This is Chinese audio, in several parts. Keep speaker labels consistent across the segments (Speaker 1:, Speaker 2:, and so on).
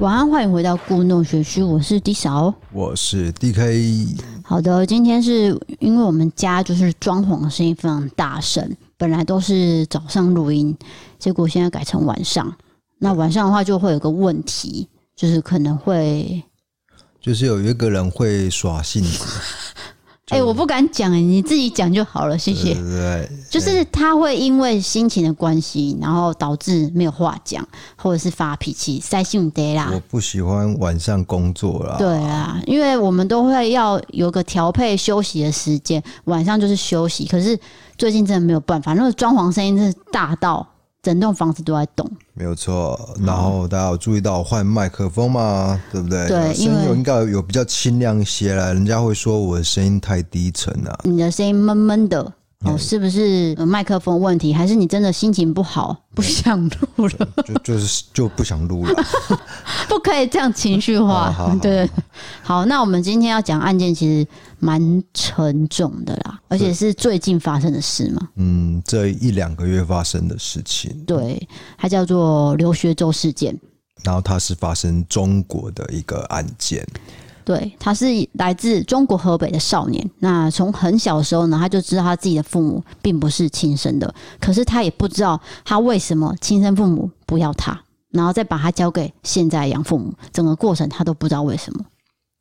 Speaker 1: 晚安，欢迎回到故弄学区，我是 D 嫂。
Speaker 2: 我是 DK，
Speaker 1: 好的，今天是因为我们家就是装潢的声音非常大声，本来都是早上录音，结果现在改成晚上。那晚上的话就会有个问题，就是可能会，
Speaker 2: 就是有一个人会耍性子，
Speaker 1: 哎、我不敢讲、哎，你自己讲就好了，谢谢
Speaker 2: 对。不对？
Speaker 1: 就是他会因为心情的关系，然后导致没有话讲，或者是发脾气、塞性得啦
Speaker 2: 我。不喜欢晚上工作啦，
Speaker 1: 啊对啊，因为我们都会要有个调配休息的时间，晚上就是休息。可是最近真的没有办法，那个装潢声音真是大到整栋房子都在动。
Speaker 2: 没有错。然后大家有注意到我换麦克风嘛，对不对？
Speaker 1: 对因为
Speaker 2: 声音有应该有比较清亮一些啦，人家会说我的声音太低沉啊了、
Speaker 1: 你的声音闷闷的。
Speaker 2: 嗯
Speaker 1: 哦，是不是呃麦克风问题，还是你真的心情不好，不想录 了？
Speaker 2: 就就是就不想 录了。
Speaker 1: 不可以这样情绪化。
Speaker 2: 好好好
Speaker 1: 对，好，那我们今天要讲案件，其实蛮沉重的啦，而且是最近发生的事嘛。
Speaker 2: 嗯，这一两个月发生的事情，
Speaker 1: 对，它叫做留学周事件。
Speaker 2: 然后它是发生中国的一个案件，
Speaker 1: 对，他是来自中国河北的少年。那从很小的时候呢，他就知道他自己的父母并不是亲生的，可是他也不知道他为什么亲生父母不要他，然后再把他交给现在的养父母，整个过程他都不知道为什么。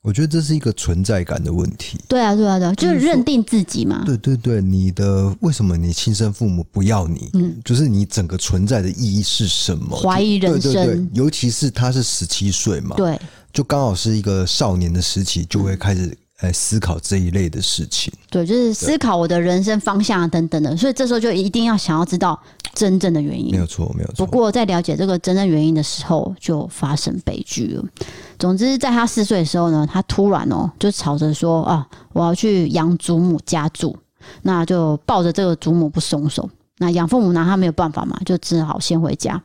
Speaker 2: 我觉得这是一个存在感的问题。
Speaker 1: 对啊，对啊，对啊，就是认定自己嘛。
Speaker 2: 对对对，你的为什么你亲生父母不要你？就是你整个存在的意义是什么？
Speaker 1: 嗯怀疑人生
Speaker 2: 对对对，尤其是他是十七岁嘛，
Speaker 1: 对，
Speaker 2: 就刚好是一个少年的时期，就会开
Speaker 1: 嗯
Speaker 2: 始哎思考这一类的事情。
Speaker 1: 对，就是思考我的人生方向啊等等的，所以这时候就一定要想要知道真正的原
Speaker 2: 没
Speaker 1: 因。
Speaker 2: 有错，没有
Speaker 1: 嗯不
Speaker 2: 错。
Speaker 1: 过在了解这个真正原因的时候，就发生悲剧了。总之，在他四岁的时候呢，他突然哦、就吵着说啊，我要去养祖母家住，那就抱着这个祖母不松手。那养父母拿他没有办法嘛，就只好先回家。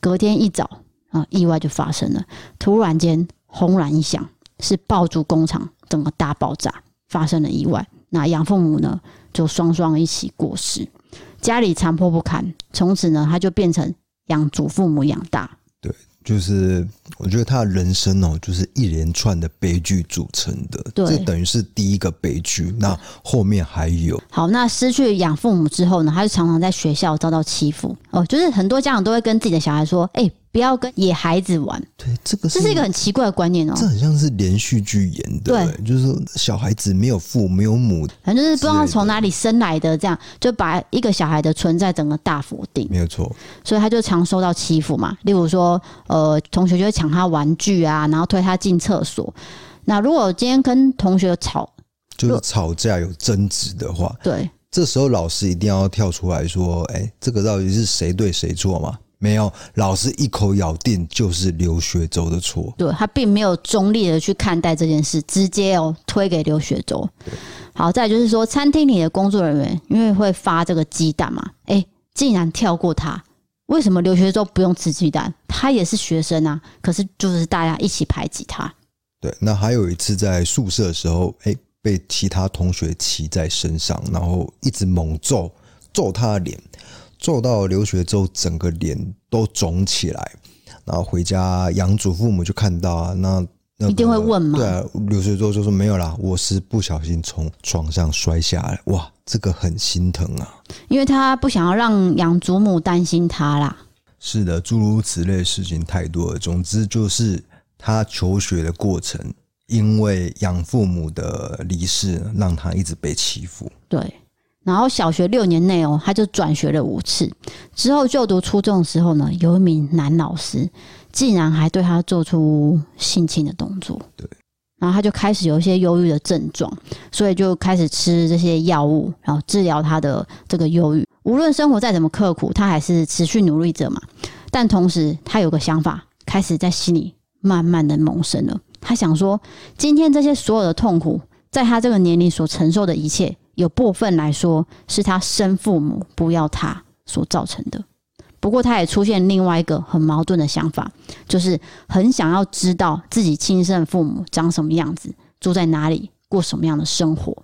Speaker 1: 隔天一早啊，意外就发生了，突然间轰然一响，是爆竹工厂整个大爆炸，发生了意外。那养父母呢，就双双一起过世，家里残破不堪。从此呢，他就变成养祖父母养大。
Speaker 2: 就是我觉得他的人生哦，就是一连串的悲剧组成的，
Speaker 1: 对
Speaker 2: 这等于是第一个悲剧，那后面还有。
Speaker 1: 好，那失去养父母之后呢，他就常常在学校遭到欺负。哦，就是很多家长都会跟自己的小孩说：“哎、不要跟野孩子玩。
Speaker 2: 对，这个”
Speaker 1: 这是一个很奇怪的观念哦、
Speaker 2: 这很像是连续剧演的、
Speaker 1: 对
Speaker 2: 就是说小孩子没有父没有母，
Speaker 1: 反正就是不知道从哪里生来的，这样就把一个小孩的存在整个大否定。
Speaker 2: 没有错。
Speaker 1: 所以他就常受到欺负嘛。例如说，呃，同学就会抢他玩具啊，然后推他进厕所。那如果今天跟同学吵，
Speaker 2: 就是吵架有争执的话，
Speaker 1: 对
Speaker 2: 这时候老师一定要跳出来说：“哎、这个到底是谁对谁错嘛？”没有，老师一口咬定就是刘学周的错。
Speaker 1: 对，他并没有中立的去看待这件事，直接哦推给刘学周。好，再来就是说，餐厅里的工作人员因为会发这个鸡蛋嘛，哎、竟然跳过他。为什么刘学周不用吃鸡蛋？他也是学生啊，可是就是大家一起排挤他。
Speaker 2: 对，那还有一次在宿舍的时候，哎、被其他同学骑在身上，然后一直猛揍，揍他的脸，揍到刘学周整个脸都肿起来。然后回家，养祖父母就看到啊，那。那个
Speaker 1: 一定会问嘛
Speaker 2: 对啊，刘学周就说没有啦，我是不小心从床上摔下来，哇，这个很心疼啊。
Speaker 1: 因为他不想要让养祖母担心他啦，
Speaker 2: 是的，诸如此类的事情太多了。总之就是他求学的过程，因为养父母的离世，让他一直被欺负。
Speaker 1: 对。然后小学六年内哦，他就转学了五次。之后就读初中的时候呢，有一名男老师竟然还对他做出性侵的动作。
Speaker 2: 对。
Speaker 1: 然后他就开始有一些忧郁的症状，所以就开始吃这些药物，然后治疗他的这个忧郁。无论生活再怎么刻苦，他还是持续努力着嘛。但同时，他有个想法开始在心里慢慢的萌生了。他想说，今天这些所有的痛苦，在他这个年龄所承受的一切，有部分来说是他生父母不要他所造成的。不过，他也出现另外一个很矛盾的想法，就是很想要知道自己亲生父母长什么样子，住在哪里，过什么样的生活。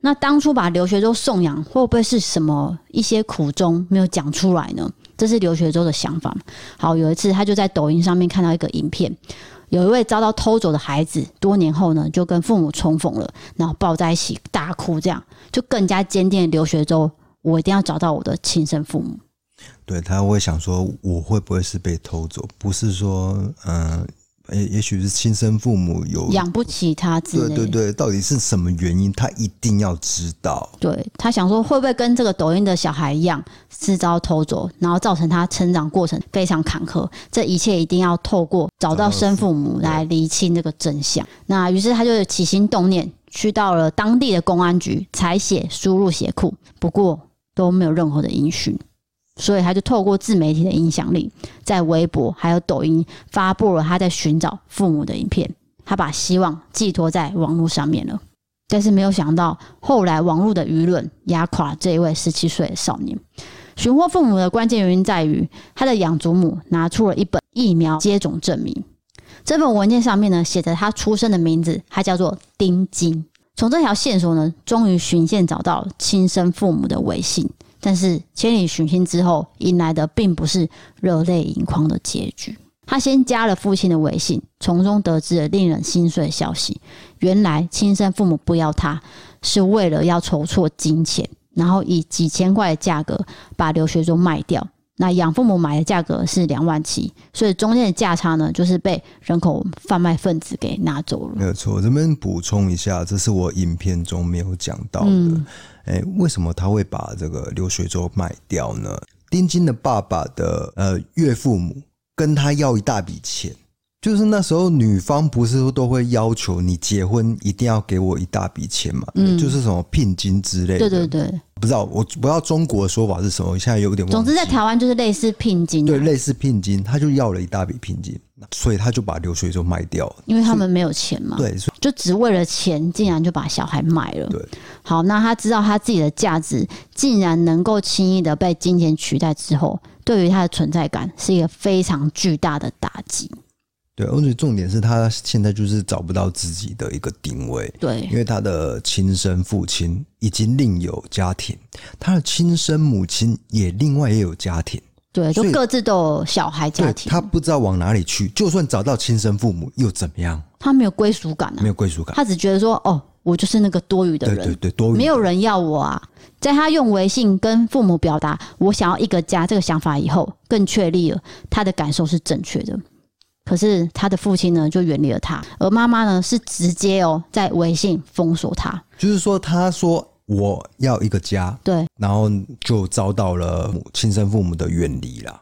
Speaker 1: 那当初把留学周送养，会不会是什么一些苦衷没有讲出来呢？这是留学之后的想法嘛。好，有一次他就在抖音上面看到一个影片，有一位遭到偷走的孩子，多年后呢就跟父母重逢了，然后抱在一起大哭，这样就更加坚定留学之后，我一定要找到我的亲生父母。
Speaker 2: 对他会想说，我会不会是被偷走？不是说，嗯、也也许是亲生父母有，
Speaker 1: 养不起他之类的。
Speaker 2: 对对对，到底是什么原因？他一定要知道。
Speaker 1: 对他想说，会不会跟这个抖音的小孩一样，是遭偷走，然后造成他成长过程非常坎坷？这一切一定要透过找到生父母来厘清这个真相。那于是他就起心动念，去到了当地的公安局采血输入血库，不过都没有任何的音讯。所以他就透过自媒体的影响力，在微博还有抖音发布了他在寻找父母的影片。他把希望寄托在网络上面了。但是没有想到，后来网络的舆论压垮了这一位十七岁的少年。寻获父母的关键原因在于，他的养祖母拿出了一本疫苗接种证明。这份文件上面呢，写着他出生的名字，他叫做丁金。从这条线索呢，终于循线找到亲生父母的微信。但是千里寻亲之后，迎来的并不是热泪盈眶的结局。他先加了父亲的微信，从中得知了令人心碎的消息：原来亲生父母不要他，是为了要筹措金钱，然后以几千块的价格把留学中卖掉。那养父母买的价格是两万七，所以中间的价差呢，就是被人口贩卖分子给拿走了。
Speaker 2: 没有错，我这边补充一下，这是我影片中没有讲到
Speaker 1: 嗯
Speaker 2: 的。哎、为什么他会把这个留学周卖掉呢？丁金的爸爸的呃岳父母跟他要一大笔钱，就是那时候女方不是都会要求你结婚一定要给我一大笔钱嘛，就是什么聘金之类的。
Speaker 1: 嗯对对对，
Speaker 2: 不知道我不知道中国的说法是什么，我现在有点忘
Speaker 1: 总之在
Speaker 2: 记
Speaker 1: 台湾就是类似聘金、
Speaker 2: 对
Speaker 1: 啊，
Speaker 2: 类似聘金，他就要了一大笔聘金，所以他就把留学周卖掉了。
Speaker 1: 因为他们没有钱嘛。
Speaker 2: 对，所以
Speaker 1: 就只为了钱，竟然就把小孩卖了。
Speaker 2: 对，
Speaker 1: 好，那他知道他自己的价值竟然能够轻易的被金钱取代之后，对于他的存在感是一个非常巨大的打击。
Speaker 2: 对，而且重点是他现在就是找不到自己的一个定位，
Speaker 1: 对
Speaker 2: 因，为他的亲生父亲已经另有家庭，他的亲生母亲也另外也有家庭，
Speaker 1: 对，就
Speaker 2: 所以
Speaker 1: 各自都有小孩家
Speaker 2: 对
Speaker 1: 庭，
Speaker 2: 他不知道往哪里去，就算找到亲生父母又怎么样？
Speaker 1: 他没有归属感啊
Speaker 2: 没，有归属感。
Speaker 1: 他只觉得说，哦，我就是那个多余的
Speaker 2: 对
Speaker 1: 人，
Speaker 2: 对对，多余
Speaker 1: 没有人要我啊。在他用微信跟父母表达“我想要一个家”这个想法以后，更确立了他的感受是正确的。可是他的父亲呢，就远离了他，而妈妈呢，是直接哦在微信封锁他。
Speaker 2: 就是说他说我要一个家，
Speaker 1: 对，
Speaker 2: 然后就遭到了母亲生父母的远离啦。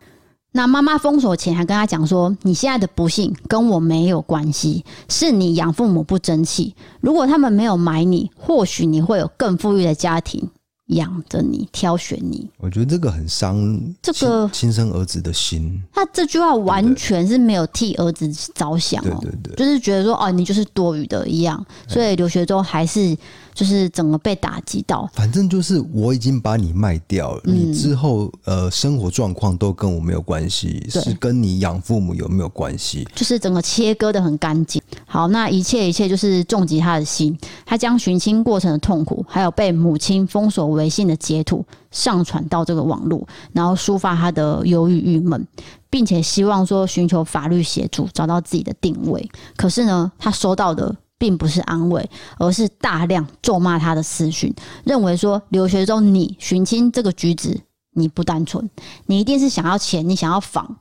Speaker 1: 那妈妈封锁前还跟他讲说：“你现在的不幸跟我没有关系，是你养父母不争气。如果他们没有买你，或许你会有更富裕的家庭养着你，挑选你。”
Speaker 2: 我觉得这个很伤
Speaker 1: 这个
Speaker 2: 亲亲生儿子的心。
Speaker 1: 他这句话完全是没有替儿子着想
Speaker 2: 对
Speaker 1: 哦，
Speaker 2: 对对，
Speaker 1: 就是觉得说哦，你就是多余的一样，所以留学之后还是就是整个被打击到。
Speaker 2: 反正就是我已经把你卖掉
Speaker 1: 嗯
Speaker 2: 了，你之后呃生活状况都跟我没有关系，
Speaker 1: 对
Speaker 2: 是跟你养父母有没有关系？
Speaker 1: 就是整个切割的很干净。好，那一切一切就是重击他的心。他将寻亲过程的痛苦，还有被母亲封锁微信的截图上传到这个网络，然后抒发他的忧郁郁闷，并且希望说寻求法律协助，找到自己的定位。可是呢，他收到的。并不是安慰，而是大量咒骂他的私讯，认为说留学中你寻亲这个举止你不单纯，你一定是想要钱，你想要房，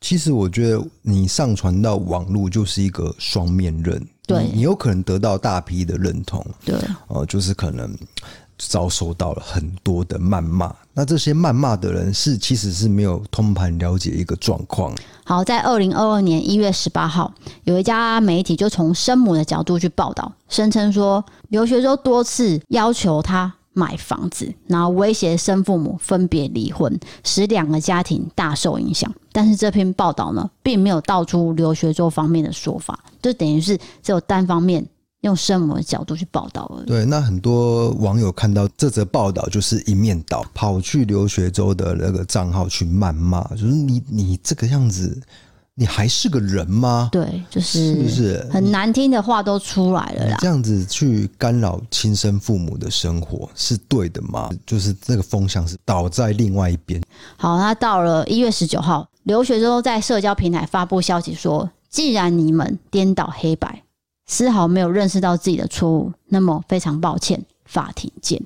Speaker 2: 其实我觉得你上传到网络就是一个双面刃，
Speaker 1: 对
Speaker 2: 你你有可能得到大批的认同，
Speaker 1: 对，
Speaker 2: 呃，就是可能遭受到了很多的谩骂。那这些谩骂的人是其实是没有通盘了解一个状况，
Speaker 1: 好，在二零二二年一月十八号，有一家媒体就从生母的角度去报道，声称说留学周多次要求他买房子，然后威胁生父母分别离婚，使两个家庭大受影响。但是这篇报道呢，并没有道出留学周方面的说法，就等于是只有单方面用生母的角度去报道而已。
Speaker 2: 对，那很多网友看到这则报道，就是一面倒，跑去留学周的那个账号去谩骂，就是你你这个样子，你还是个人吗？
Speaker 1: 对，就是
Speaker 2: 不
Speaker 1: 是
Speaker 2: 是？
Speaker 1: 很难听的话都出来了
Speaker 2: 你
Speaker 1: 啦。
Speaker 2: 这样子去干扰亲生父母的生活是对的吗？就是这个风向是倒在另外一边，
Speaker 1: 好，他到了一月十九号，留学之后在社交平台发布消息说，既然你们颠倒黑白，丝毫没有认识到自己的错误，那么非常抱歉，法庭见。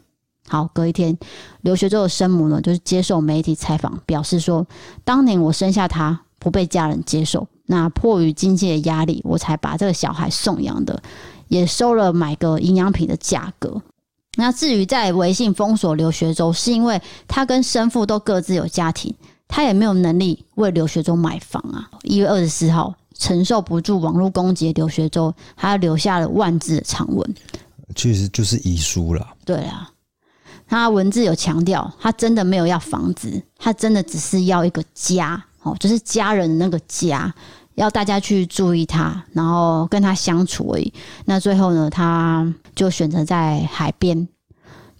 Speaker 1: 好，隔一天，留学之后的生母呢，就是接受媒体采访，表示说，当年我生下他不被家人接受，那迫于经济的压力，我才把这个小孩送养的，也收了买个营养品的价格。那至于在微信封锁留学周，是因为他跟生父都各自有家庭，他也没有能力为留学周买房啊。一月二十四号，承受不住网络攻击的留学周，他留下了万字的长文。
Speaker 2: 其实就是遗书啦。
Speaker 1: 对啊，他文字有强调，他真的没有要房子，他真的只是要一个家，哦，就是家人的那个家，要大家去注意他，然后跟他相处而已。那最后呢，他就选择在海边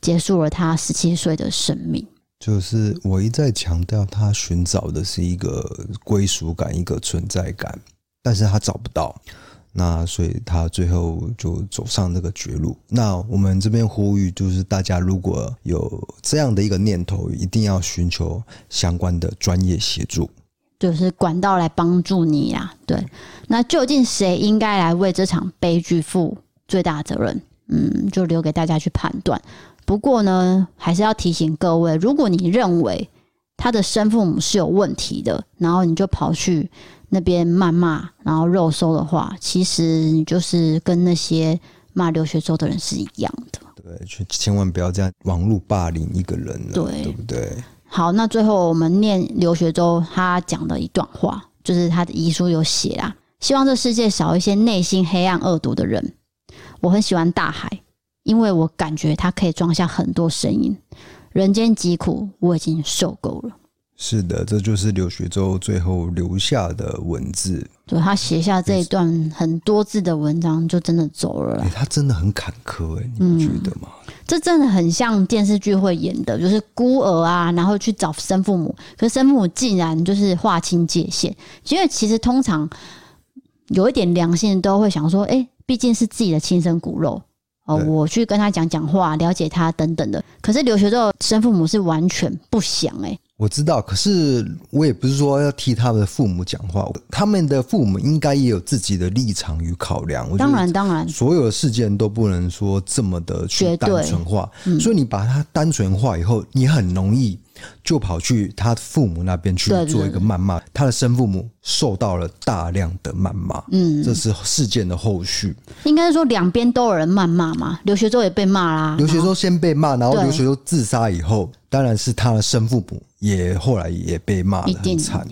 Speaker 1: 结束了他十七岁的生命。
Speaker 2: 就是我一再强调，他寻找的是一个归属感，一个存在感，但是他找不到，那所以他最后就走上这个绝路。那我们这边呼吁，就是大家如果有这样的一个念头，一定要寻求相关的专业协助。
Speaker 1: 就是管道来帮助你啦。对，那究竟谁应该来为这场悲剧负最大责任？嗯，就留给大家去判断。不过呢，还是要提醒各位，如果你认为他的生父母是有问题的，然后你就跑去那边谩骂，然后肉搜的话，其实你就是跟那些骂留学周的人是一样的。
Speaker 2: 对，千千万不要这样网络霸凌一个人了，
Speaker 1: 对
Speaker 2: 对不对？
Speaker 1: 好，那最后我们念刘学周他讲的一段话，就是他的遗书有写啦，希望这世界少一些内心黑暗恶毒的人。我很喜欢大海，因为我感觉它可以装下很多声音。人间疾苦，我已经受够了。
Speaker 2: 是的，这就是刘学周最后留下的文字。
Speaker 1: 对他写下这一段很多字的文章，就真的走了啦
Speaker 2: 哎、他真的很坎坷、哎，你不觉得吗？
Speaker 1: 这真的很像电视剧会演的，就是孤儿啊，然后去找生父母，可是生父母竟然就是划清界限，因为其实通常有一点良心都会想说，哎、毕竟是自己的亲生骨肉。哦，
Speaker 2: 对
Speaker 1: 我去跟他讲讲话，了解他等等的。可是留学之后，生父母是完全不想哎、
Speaker 2: 我知道，可是我也不是说要替他们的父母讲话，他们的父母应该也有自己的立场与考量。我觉得
Speaker 1: 当然，当然，
Speaker 2: 所有的事件都不能说这么的去
Speaker 1: 绝对嗯
Speaker 2: 单纯化，所以你把它单纯化以后，你很容易就跑去他父母那边去
Speaker 1: 对对
Speaker 2: 做一个谩骂，他的生父母受到了大量的谩骂，
Speaker 1: 嗯，啊
Speaker 2: 这是事件的后续。
Speaker 1: 应该是说两边都有人谩骂嘛。留学之后也被骂啦，
Speaker 2: 刘学周先被骂，然后
Speaker 1: 对
Speaker 2: 刘学周自杀以后，当然是他的生父母也后来也被骂
Speaker 1: 一
Speaker 2: 的
Speaker 1: 定
Speaker 2: 很惨，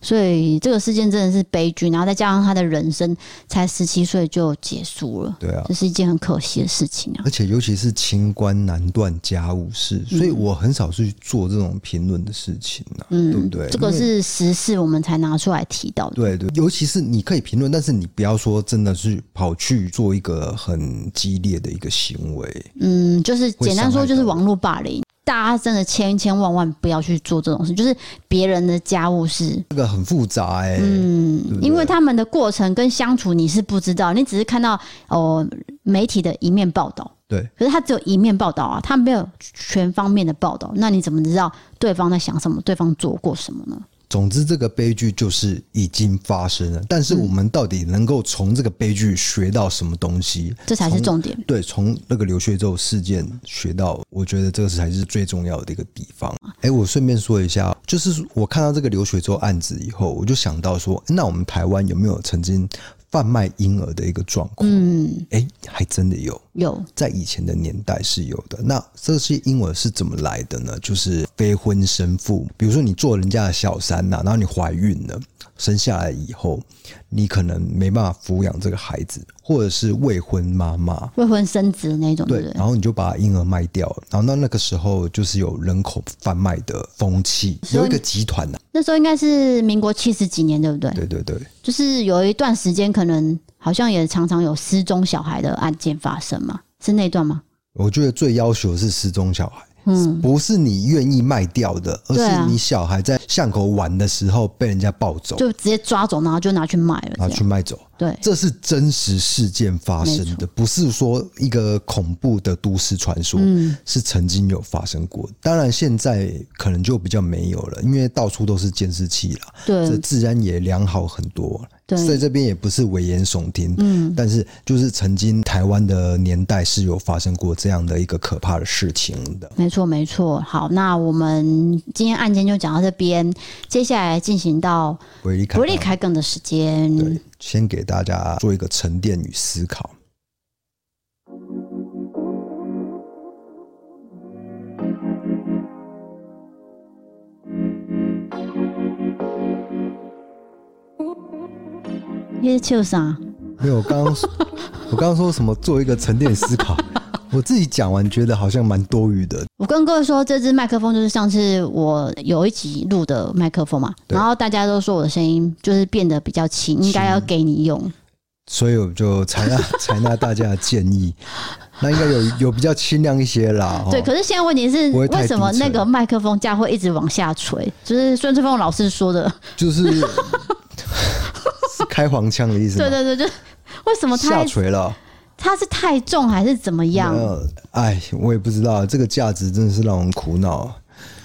Speaker 1: 所以这个事件真的是悲剧，然后再加上他的人生才十七岁就结束了，
Speaker 2: 对啊
Speaker 1: 这。是一件很可惜的事情啊
Speaker 2: 而。且尤其是清官难断家务事，
Speaker 1: 嗯
Speaker 2: 所以我很少去做这种评论的事情啊，对不对？
Speaker 1: 嗯这个
Speaker 2: 因为
Speaker 1: 是时事，我们才拿出来提到的。
Speaker 2: 对对，尤其是你可以评论，但是你不要说真的是跑去做一个很激烈的一个行为。
Speaker 1: 嗯，就是简单说，
Speaker 2: 会伤害到
Speaker 1: 就是网络霸凌。大家真的千千万万不要去做这种事，就是别人的家务事，
Speaker 2: 这个很复杂哎、
Speaker 1: 嗯，
Speaker 2: 对不对
Speaker 1: 因为他们的过程跟相处你是不知道，你只是看到哦、媒体的一面报道，
Speaker 2: 对，
Speaker 1: 可是他只有一面报道啊，他没有全方面的报道，那你怎么知道对方在想什么，对方做过什么呢？
Speaker 2: 总之这个悲剧就是已经发生了，
Speaker 1: 嗯
Speaker 2: 但是我们到底能够从这个悲剧学到什么东西？
Speaker 1: 这才是重点。
Speaker 2: 对，从那个留学周事件学到，我觉得这个才是最重要的一个地方。哎，我顺便说一下，就是我看到这个留学周案子以后，我就想到说，那我们台湾有没有曾经贩卖婴儿的一个状况？
Speaker 1: 嗯，
Speaker 2: 哎、还真的有。
Speaker 1: 有，
Speaker 2: 在以前的年代是有的。那这些婴儿是怎么来的呢？就是非婚生父，比如说你做人家的小三呐、然后你怀孕了，生下来以后，你可能没办法抚养这个孩子，或者是未婚妈妈。
Speaker 1: 未婚生子的那种，对
Speaker 2: 对
Speaker 1: 不，对？
Speaker 2: 然后你就把婴儿卖掉了，然后那那个时候就是有人口贩卖的风气，
Speaker 1: 所以
Speaker 2: 有一个集团呐、
Speaker 1: 那时候应该是民国七十几年，对不对？
Speaker 2: 对对对，
Speaker 1: 就是有一段时间，可能好像也常常有失踪小孩的案件发生嘛，是那段吗？
Speaker 2: 我觉得最要求的是失踪小孩，
Speaker 1: 嗯，
Speaker 2: 不是你愿意卖掉的，而
Speaker 1: 对啊
Speaker 2: 是你小孩在巷口玩的时候被人家抱走，
Speaker 1: 就直接抓走，然后就拿去卖了，
Speaker 2: 然
Speaker 1: 这
Speaker 2: 后
Speaker 1: 样
Speaker 2: 去卖走。
Speaker 1: 对，
Speaker 2: 这是真实事件发
Speaker 1: 没
Speaker 2: 生的，不是说一个恐怖的都市传说，
Speaker 1: 嗯
Speaker 2: 是曾经有发生过。当然，现在可能就比较没有了，因为到处都是监视器啦，这
Speaker 1: 对
Speaker 2: 治安也良好很多。所以
Speaker 1: 对，
Speaker 2: 这边也不是危言耸听，
Speaker 1: 嗯，
Speaker 2: 但是就是曾经台湾的年代是有发生过这样的一个可怕的事情的。
Speaker 1: 没错没错。好，那我们今天案件就讲到这边，接下来进行到
Speaker 2: 维利卡
Speaker 1: 伯利开梗的时间。
Speaker 2: 对，先给大家做一个沉淀与思考。
Speaker 1: 你是笑啥？
Speaker 2: 没有，我刚 刚我刚刚说什么做一个沉淀思考，我自己讲完觉得好像蛮多余的。
Speaker 1: 我跟各位说，这支麦克风就是上次我有一集录的麦克风嘛，
Speaker 2: 对
Speaker 1: 然后大家都说我的声音就是变得比较轻，应该要给你用。
Speaker 2: 所以我就 采纳采纳大家的建议，那应该有有比较轻量一些啦。哦
Speaker 1: 对，可是现在问题是，
Speaker 2: 不会太
Speaker 1: 为什么
Speaker 2: 低沉
Speaker 1: 那个麦克风架会一直往下垂？就是孙春凤老师说的，
Speaker 2: 就是 是开黄腔的意思吗？
Speaker 1: 对对对，就是为什么它
Speaker 2: 下垂了。
Speaker 1: 它是太重还是怎么样
Speaker 2: 没？有哎，我也不知道，这个价值真的是让人苦恼。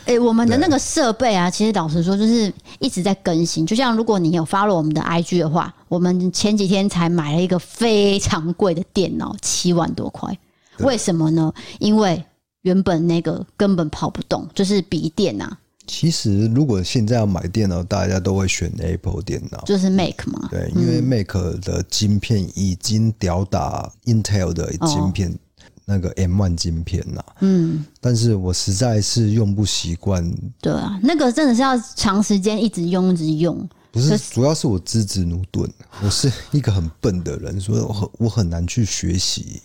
Speaker 1: 哎、我们的那个设备啊，其实老实说，就是一直在更新。就像如果你有 follow 我们的 IG 的话，我们前几天才买了一个非常贵的电脑，七万多块。
Speaker 2: 对
Speaker 1: 为什么呢？因为原本那个根本跑不动，就是笔电啊，
Speaker 2: 其实，如果现在要买电脑，大家都会选 Apple 电脑。
Speaker 1: 就是 Mac 嘛。
Speaker 2: 对，因为 Mac 的晶片已经吊打 Intel 的晶片，那个 M 1晶片呐、
Speaker 1: 嗯，
Speaker 2: 但是我实在是用不习惯，
Speaker 1: 对啊，那个真的是要长时间一直用，一直用。
Speaker 2: 不是，主要是我资质驽钝，我是一个很笨的人，所以我很我很难去学习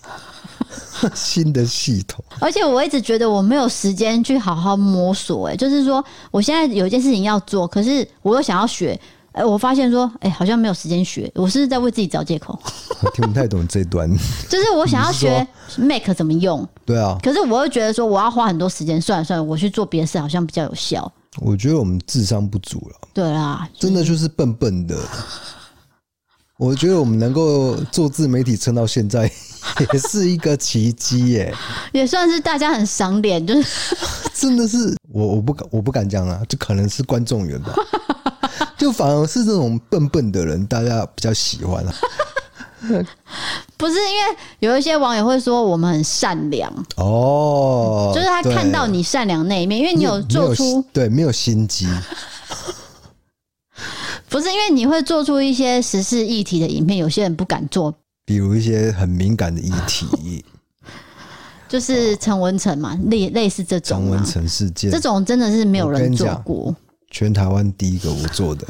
Speaker 2: 新的系统。
Speaker 1: 而且我一直觉得我没有时间去好好摸索、欸，就是说我现在有一件事情要做，可是我又想要学，哎、我发现说，哎、好像没有时间学，我是不是在为自己找借口，
Speaker 2: 我听不太懂这段，
Speaker 1: 就是我想要学 Mac 怎么用，
Speaker 2: 对啊，
Speaker 1: 可是我又觉得说我要花很多时间，算了算了，我去做别的事好像比较有效。
Speaker 2: 我觉得我们智商不足了。
Speaker 1: 对啊啦，
Speaker 2: 真的就是笨笨的。我觉得我们能够做自媒体撑到现在，也是一个奇迹耶！
Speaker 1: 也算是大家很赏脸，就是
Speaker 2: 真的是我我不敢我不敢讲啊，就可能是观众缘吧，就反而是这种笨笨的人，大家比较喜欢啊。
Speaker 1: 不是因为有一些网友会说我们很善良，
Speaker 2: 哦，
Speaker 1: 就是他
Speaker 2: 对
Speaker 1: 看到你善良那一面，因为你有
Speaker 2: 没
Speaker 1: 做
Speaker 2: 有
Speaker 1: 出
Speaker 2: 对没有心机，
Speaker 1: 不是因为你会做出一些时事议题的影片，有些人不敢做，
Speaker 2: 比如一些很敏感的议 题，
Speaker 1: 就是陈文成嘛，类类似这
Speaker 2: 张
Speaker 1: 种
Speaker 2: 文
Speaker 1: 啊，
Speaker 2: 成事件
Speaker 1: 这，种真的是没有
Speaker 2: 我跟
Speaker 1: 人
Speaker 2: 你
Speaker 1: 做
Speaker 2: 讲
Speaker 1: 过。
Speaker 2: 全台湾第一个我做的，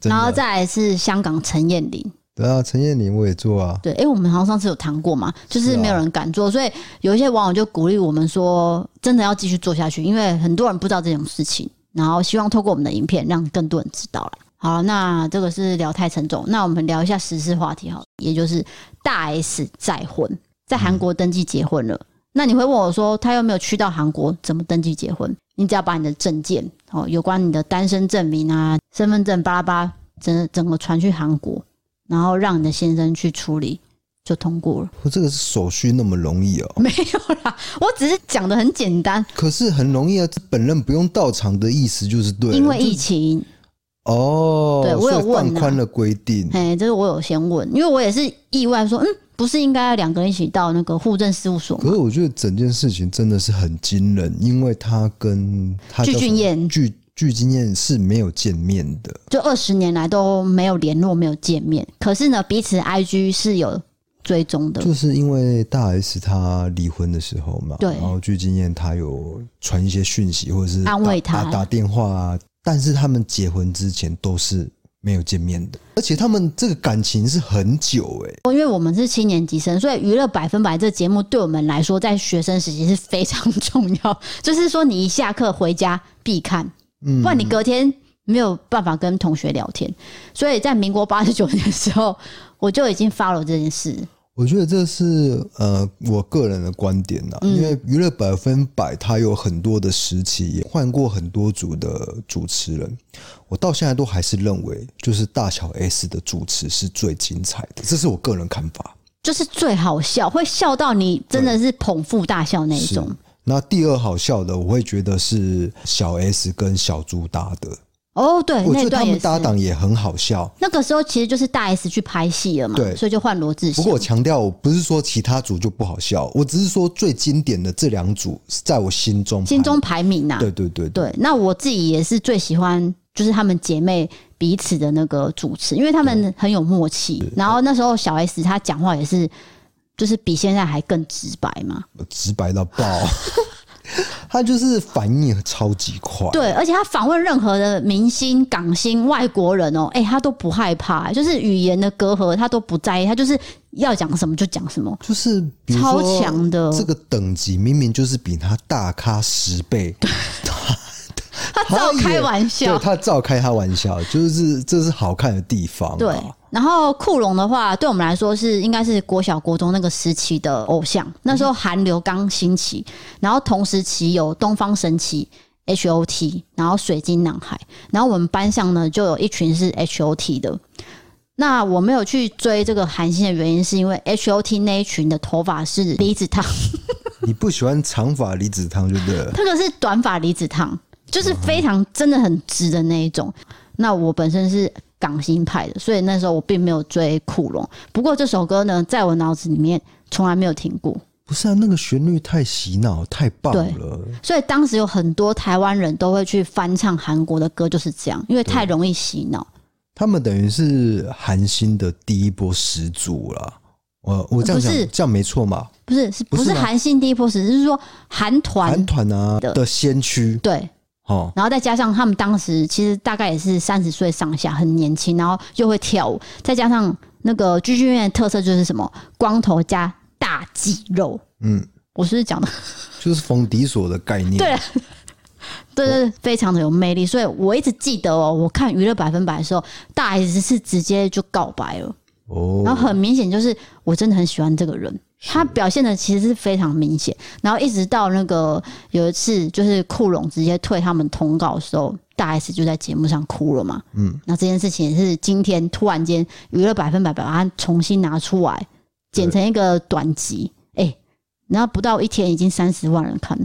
Speaker 2: 真
Speaker 1: 然后
Speaker 2: 的
Speaker 1: 再来是香港陈彦霖，
Speaker 2: 对啊，陈彦霖我也做啊，
Speaker 1: 对，哎、我们好像上次有谈过嘛，就是
Speaker 2: 是啊
Speaker 1: 没有人敢做，所以有一些网友就鼓励我们说，真的要继续做下去，因为很多人不知道这种事情，然后希望透过我们的影片让更多人知道了。好，那这个是聊太沉重，那我们聊一下时事话题好了，也就是大 S 再婚，在韩国登记结婚了。那你会问我说，他又没有去到韩国，怎么登记结婚？你只要把你的证件哦，有关你的单身证明啊、身份证巴拉巴拉，整整个传去韩国，然后让你的先生去处理，就通过了。
Speaker 2: 我这个是手续那么容易哦，
Speaker 1: 没有啦，我只是讲的很简单，
Speaker 2: 可是很容易啊，这本人不用到场的意思就是对了，
Speaker 1: 因为
Speaker 2: 就
Speaker 1: 疫情，
Speaker 2: 哦，
Speaker 1: 对我有
Speaker 2: 所以
Speaker 1: 问啊
Speaker 2: 放宽了规定，
Speaker 1: 哎，这个我有先问，因为我也是意外说，嗯，不是应该要两个人一起到那个户政事务所吗
Speaker 2: 可？是我觉得整件事情真的是很惊人，因为他跟他
Speaker 1: 具
Speaker 2: 叫什
Speaker 1: 俊
Speaker 2: 么
Speaker 1: 彦
Speaker 2: 具具俊彦是没有见面的，
Speaker 1: 就二十年来都没有联络，没有见面，可是呢，彼此 IG 是有追踪的，
Speaker 2: 就是因为大 S 她离婚的时候嘛，
Speaker 1: 对
Speaker 2: 然后具俊彦他有传一些讯息或者是
Speaker 1: 安慰
Speaker 2: 打
Speaker 1: 她
Speaker 2: 打打电话啊，但是他们结婚之前都是没有见面的，而且他们这个感情是很久哎、
Speaker 1: 因为我们是七年级生，所以娱乐百分百这节目对我们来说，在学生时期是非常重要。 就是说，你一下课回家必看，
Speaker 2: 嗯
Speaker 1: 不然你隔天没有办法跟同学聊天。所以在民国八十九年的时候，我就已经 follow 这件事。
Speaker 2: 我觉得这是呃我个人的观点啦，因
Speaker 1: 嗯
Speaker 2: 为娱乐百分百它有很多的时期，也换过很多组的主持人，我到现在都还是认为，就是大小 S 的主持是最精彩的，这是我个人看法。
Speaker 1: 就是最好笑，会笑到你真的是捧腹大笑那一
Speaker 2: 是
Speaker 1: 种。
Speaker 2: 那第二好笑的，我会觉得是小 S 跟小猪搭的，
Speaker 1: 哦，对，
Speaker 2: 我觉
Speaker 1: 那
Speaker 2: 得他
Speaker 1: 段也
Speaker 2: 们
Speaker 1: 是。
Speaker 2: 搭档也很好笑。
Speaker 1: 那个时候其实就是大 S 去拍戏了嘛，
Speaker 2: 对
Speaker 1: 所以就换罗志
Speaker 2: 不
Speaker 1: 祥
Speaker 2: 过。我强调，我不是说其他组就不好笑，我只是说最经典的这两组，在我心中
Speaker 1: 心中排名呐、啊
Speaker 2: 排对对对对
Speaker 1: 对，那我自己也是最喜欢，就是她们姐妹彼此的那个主持，因为她们很有默契。然后那时候小 S 她讲话也是，就是比现在还更直白嘛。
Speaker 2: 直白到爆， 他就是反应超级快。
Speaker 1: 对，而且她访问任何的明星、港星、外国人哦、哎、她都不害怕，就是语言的隔阂她都不在意，她就是要讲什么就讲什么。
Speaker 2: 就是比如说
Speaker 1: 超强的
Speaker 2: 这个等级，明明就是比他大咖十倍，
Speaker 1: 她照
Speaker 2: 也
Speaker 1: 开玩笑
Speaker 2: 对，他照开他玩笑，就是这是好看的地方、啊
Speaker 1: 对，然后库龙的话，对我们来说是应该是国小、国中那个时期的偶像。那时候韩流刚兴起，然后同时期有东方神起、H.O.T，然后水晶男孩，然后我们班上呢就有一群是 H.O.T 的。那我没有去追这个韩星的原因，是因为 H.O.T 那一群的头发是离子烫，
Speaker 2: 你不喜欢长发离子烫就对了。
Speaker 1: 这个是短发离子烫，就是非常真的很直的那一种。那我本身是港星派的，所以那时候我并没有追库龙。不过这首歌呢，在我脑子里面从来没有停过，
Speaker 2: 不是啊，那个旋律太洗脑，太棒了。
Speaker 1: 所以当时有很多台湾人都会去翻唱韩国的歌，就是这样，因为太容易洗脑。
Speaker 2: 他们等于是韩星的第一波始祖啦。我我这样
Speaker 1: 不是
Speaker 2: 讲，这样没错嘛？
Speaker 1: 不是，是
Speaker 2: 不
Speaker 1: 不
Speaker 2: 是
Speaker 1: 是
Speaker 2: 吗
Speaker 1: 韩星第一波时，是说韩
Speaker 2: 韩
Speaker 1: 团
Speaker 2: 团啊
Speaker 1: 的
Speaker 2: 的先驱
Speaker 1: 对。
Speaker 2: 哦，
Speaker 1: 然后再加上他们当时其实大概也是三十岁上下，很年轻，然后又会跳舞，再加上那个居剧院的特色就是什么，光头加大肌肉。
Speaker 2: 嗯，
Speaker 1: 我是不是讲的？
Speaker 2: 就是冯迪所的概念。
Speaker 1: 对 对对对，非常的有魅力。所以我一直记得哦，我看《娱乐百分百》的时候，大 S 是直接就告白了，然
Speaker 2: 哦，
Speaker 1: 后很明显就是我真的很喜欢这个人。他表现的其实是非常明显，然后一直到那个有一次，就是库龙直接退他们通告的时候，大 S 就在节目上哭了嘛。
Speaker 2: 嗯，
Speaker 1: 那这件事情也是今天突然间娱乐百分百把它重新拿出来，剪成一个短集，哎、然后不到一天已经三十万人看了，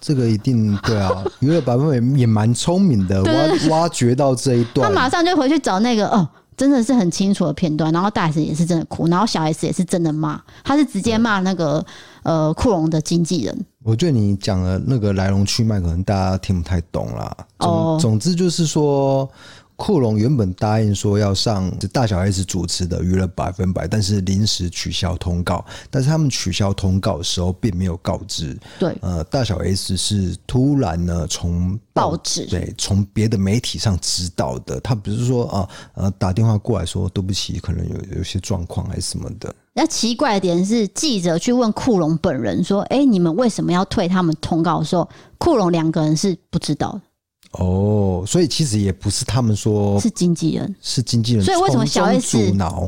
Speaker 2: 这个一定 对啊，娱乐百分百也蛮聪明的，挖挖掘到这一
Speaker 1: 他马
Speaker 2: 段。
Speaker 1: 上就回去找那个哦。真的是很清楚的片段，然后大 S 也是真的哭，然后小 S 也是真的骂，他是直接骂那个呃库龙的经纪人，
Speaker 2: 我觉得你讲的那个来龙去脉，可能大家听不太懂啦。总、
Speaker 1: 哦
Speaker 2: 总之就是说。库龙原本答应说要上大小 S 主持的《娱乐百分百》，但是临时取消通告。但是他们取消通告的时候，并没有告知
Speaker 1: 对
Speaker 2: 呃，大小 S 是突然呢从
Speaker 1: 报纸
Speaker 2: 对从别的媒体上知道的，他不是说啊呃打电话过来说对不起，可能有有些状况还是什么的，
Speaker 1: 那奇怪的点是，记者去问库龙本人说：“哎、你们为什么要退他们通告？”的时候，库龙两个人是不知道的，
Speaker 2: 哦，所以其实也不是他们说
Speaker 1: 是经纪人。
Speaker 2: 是经纪人，
Speaker 1: 所以为什么小 S
Speaker 2: 阻挠？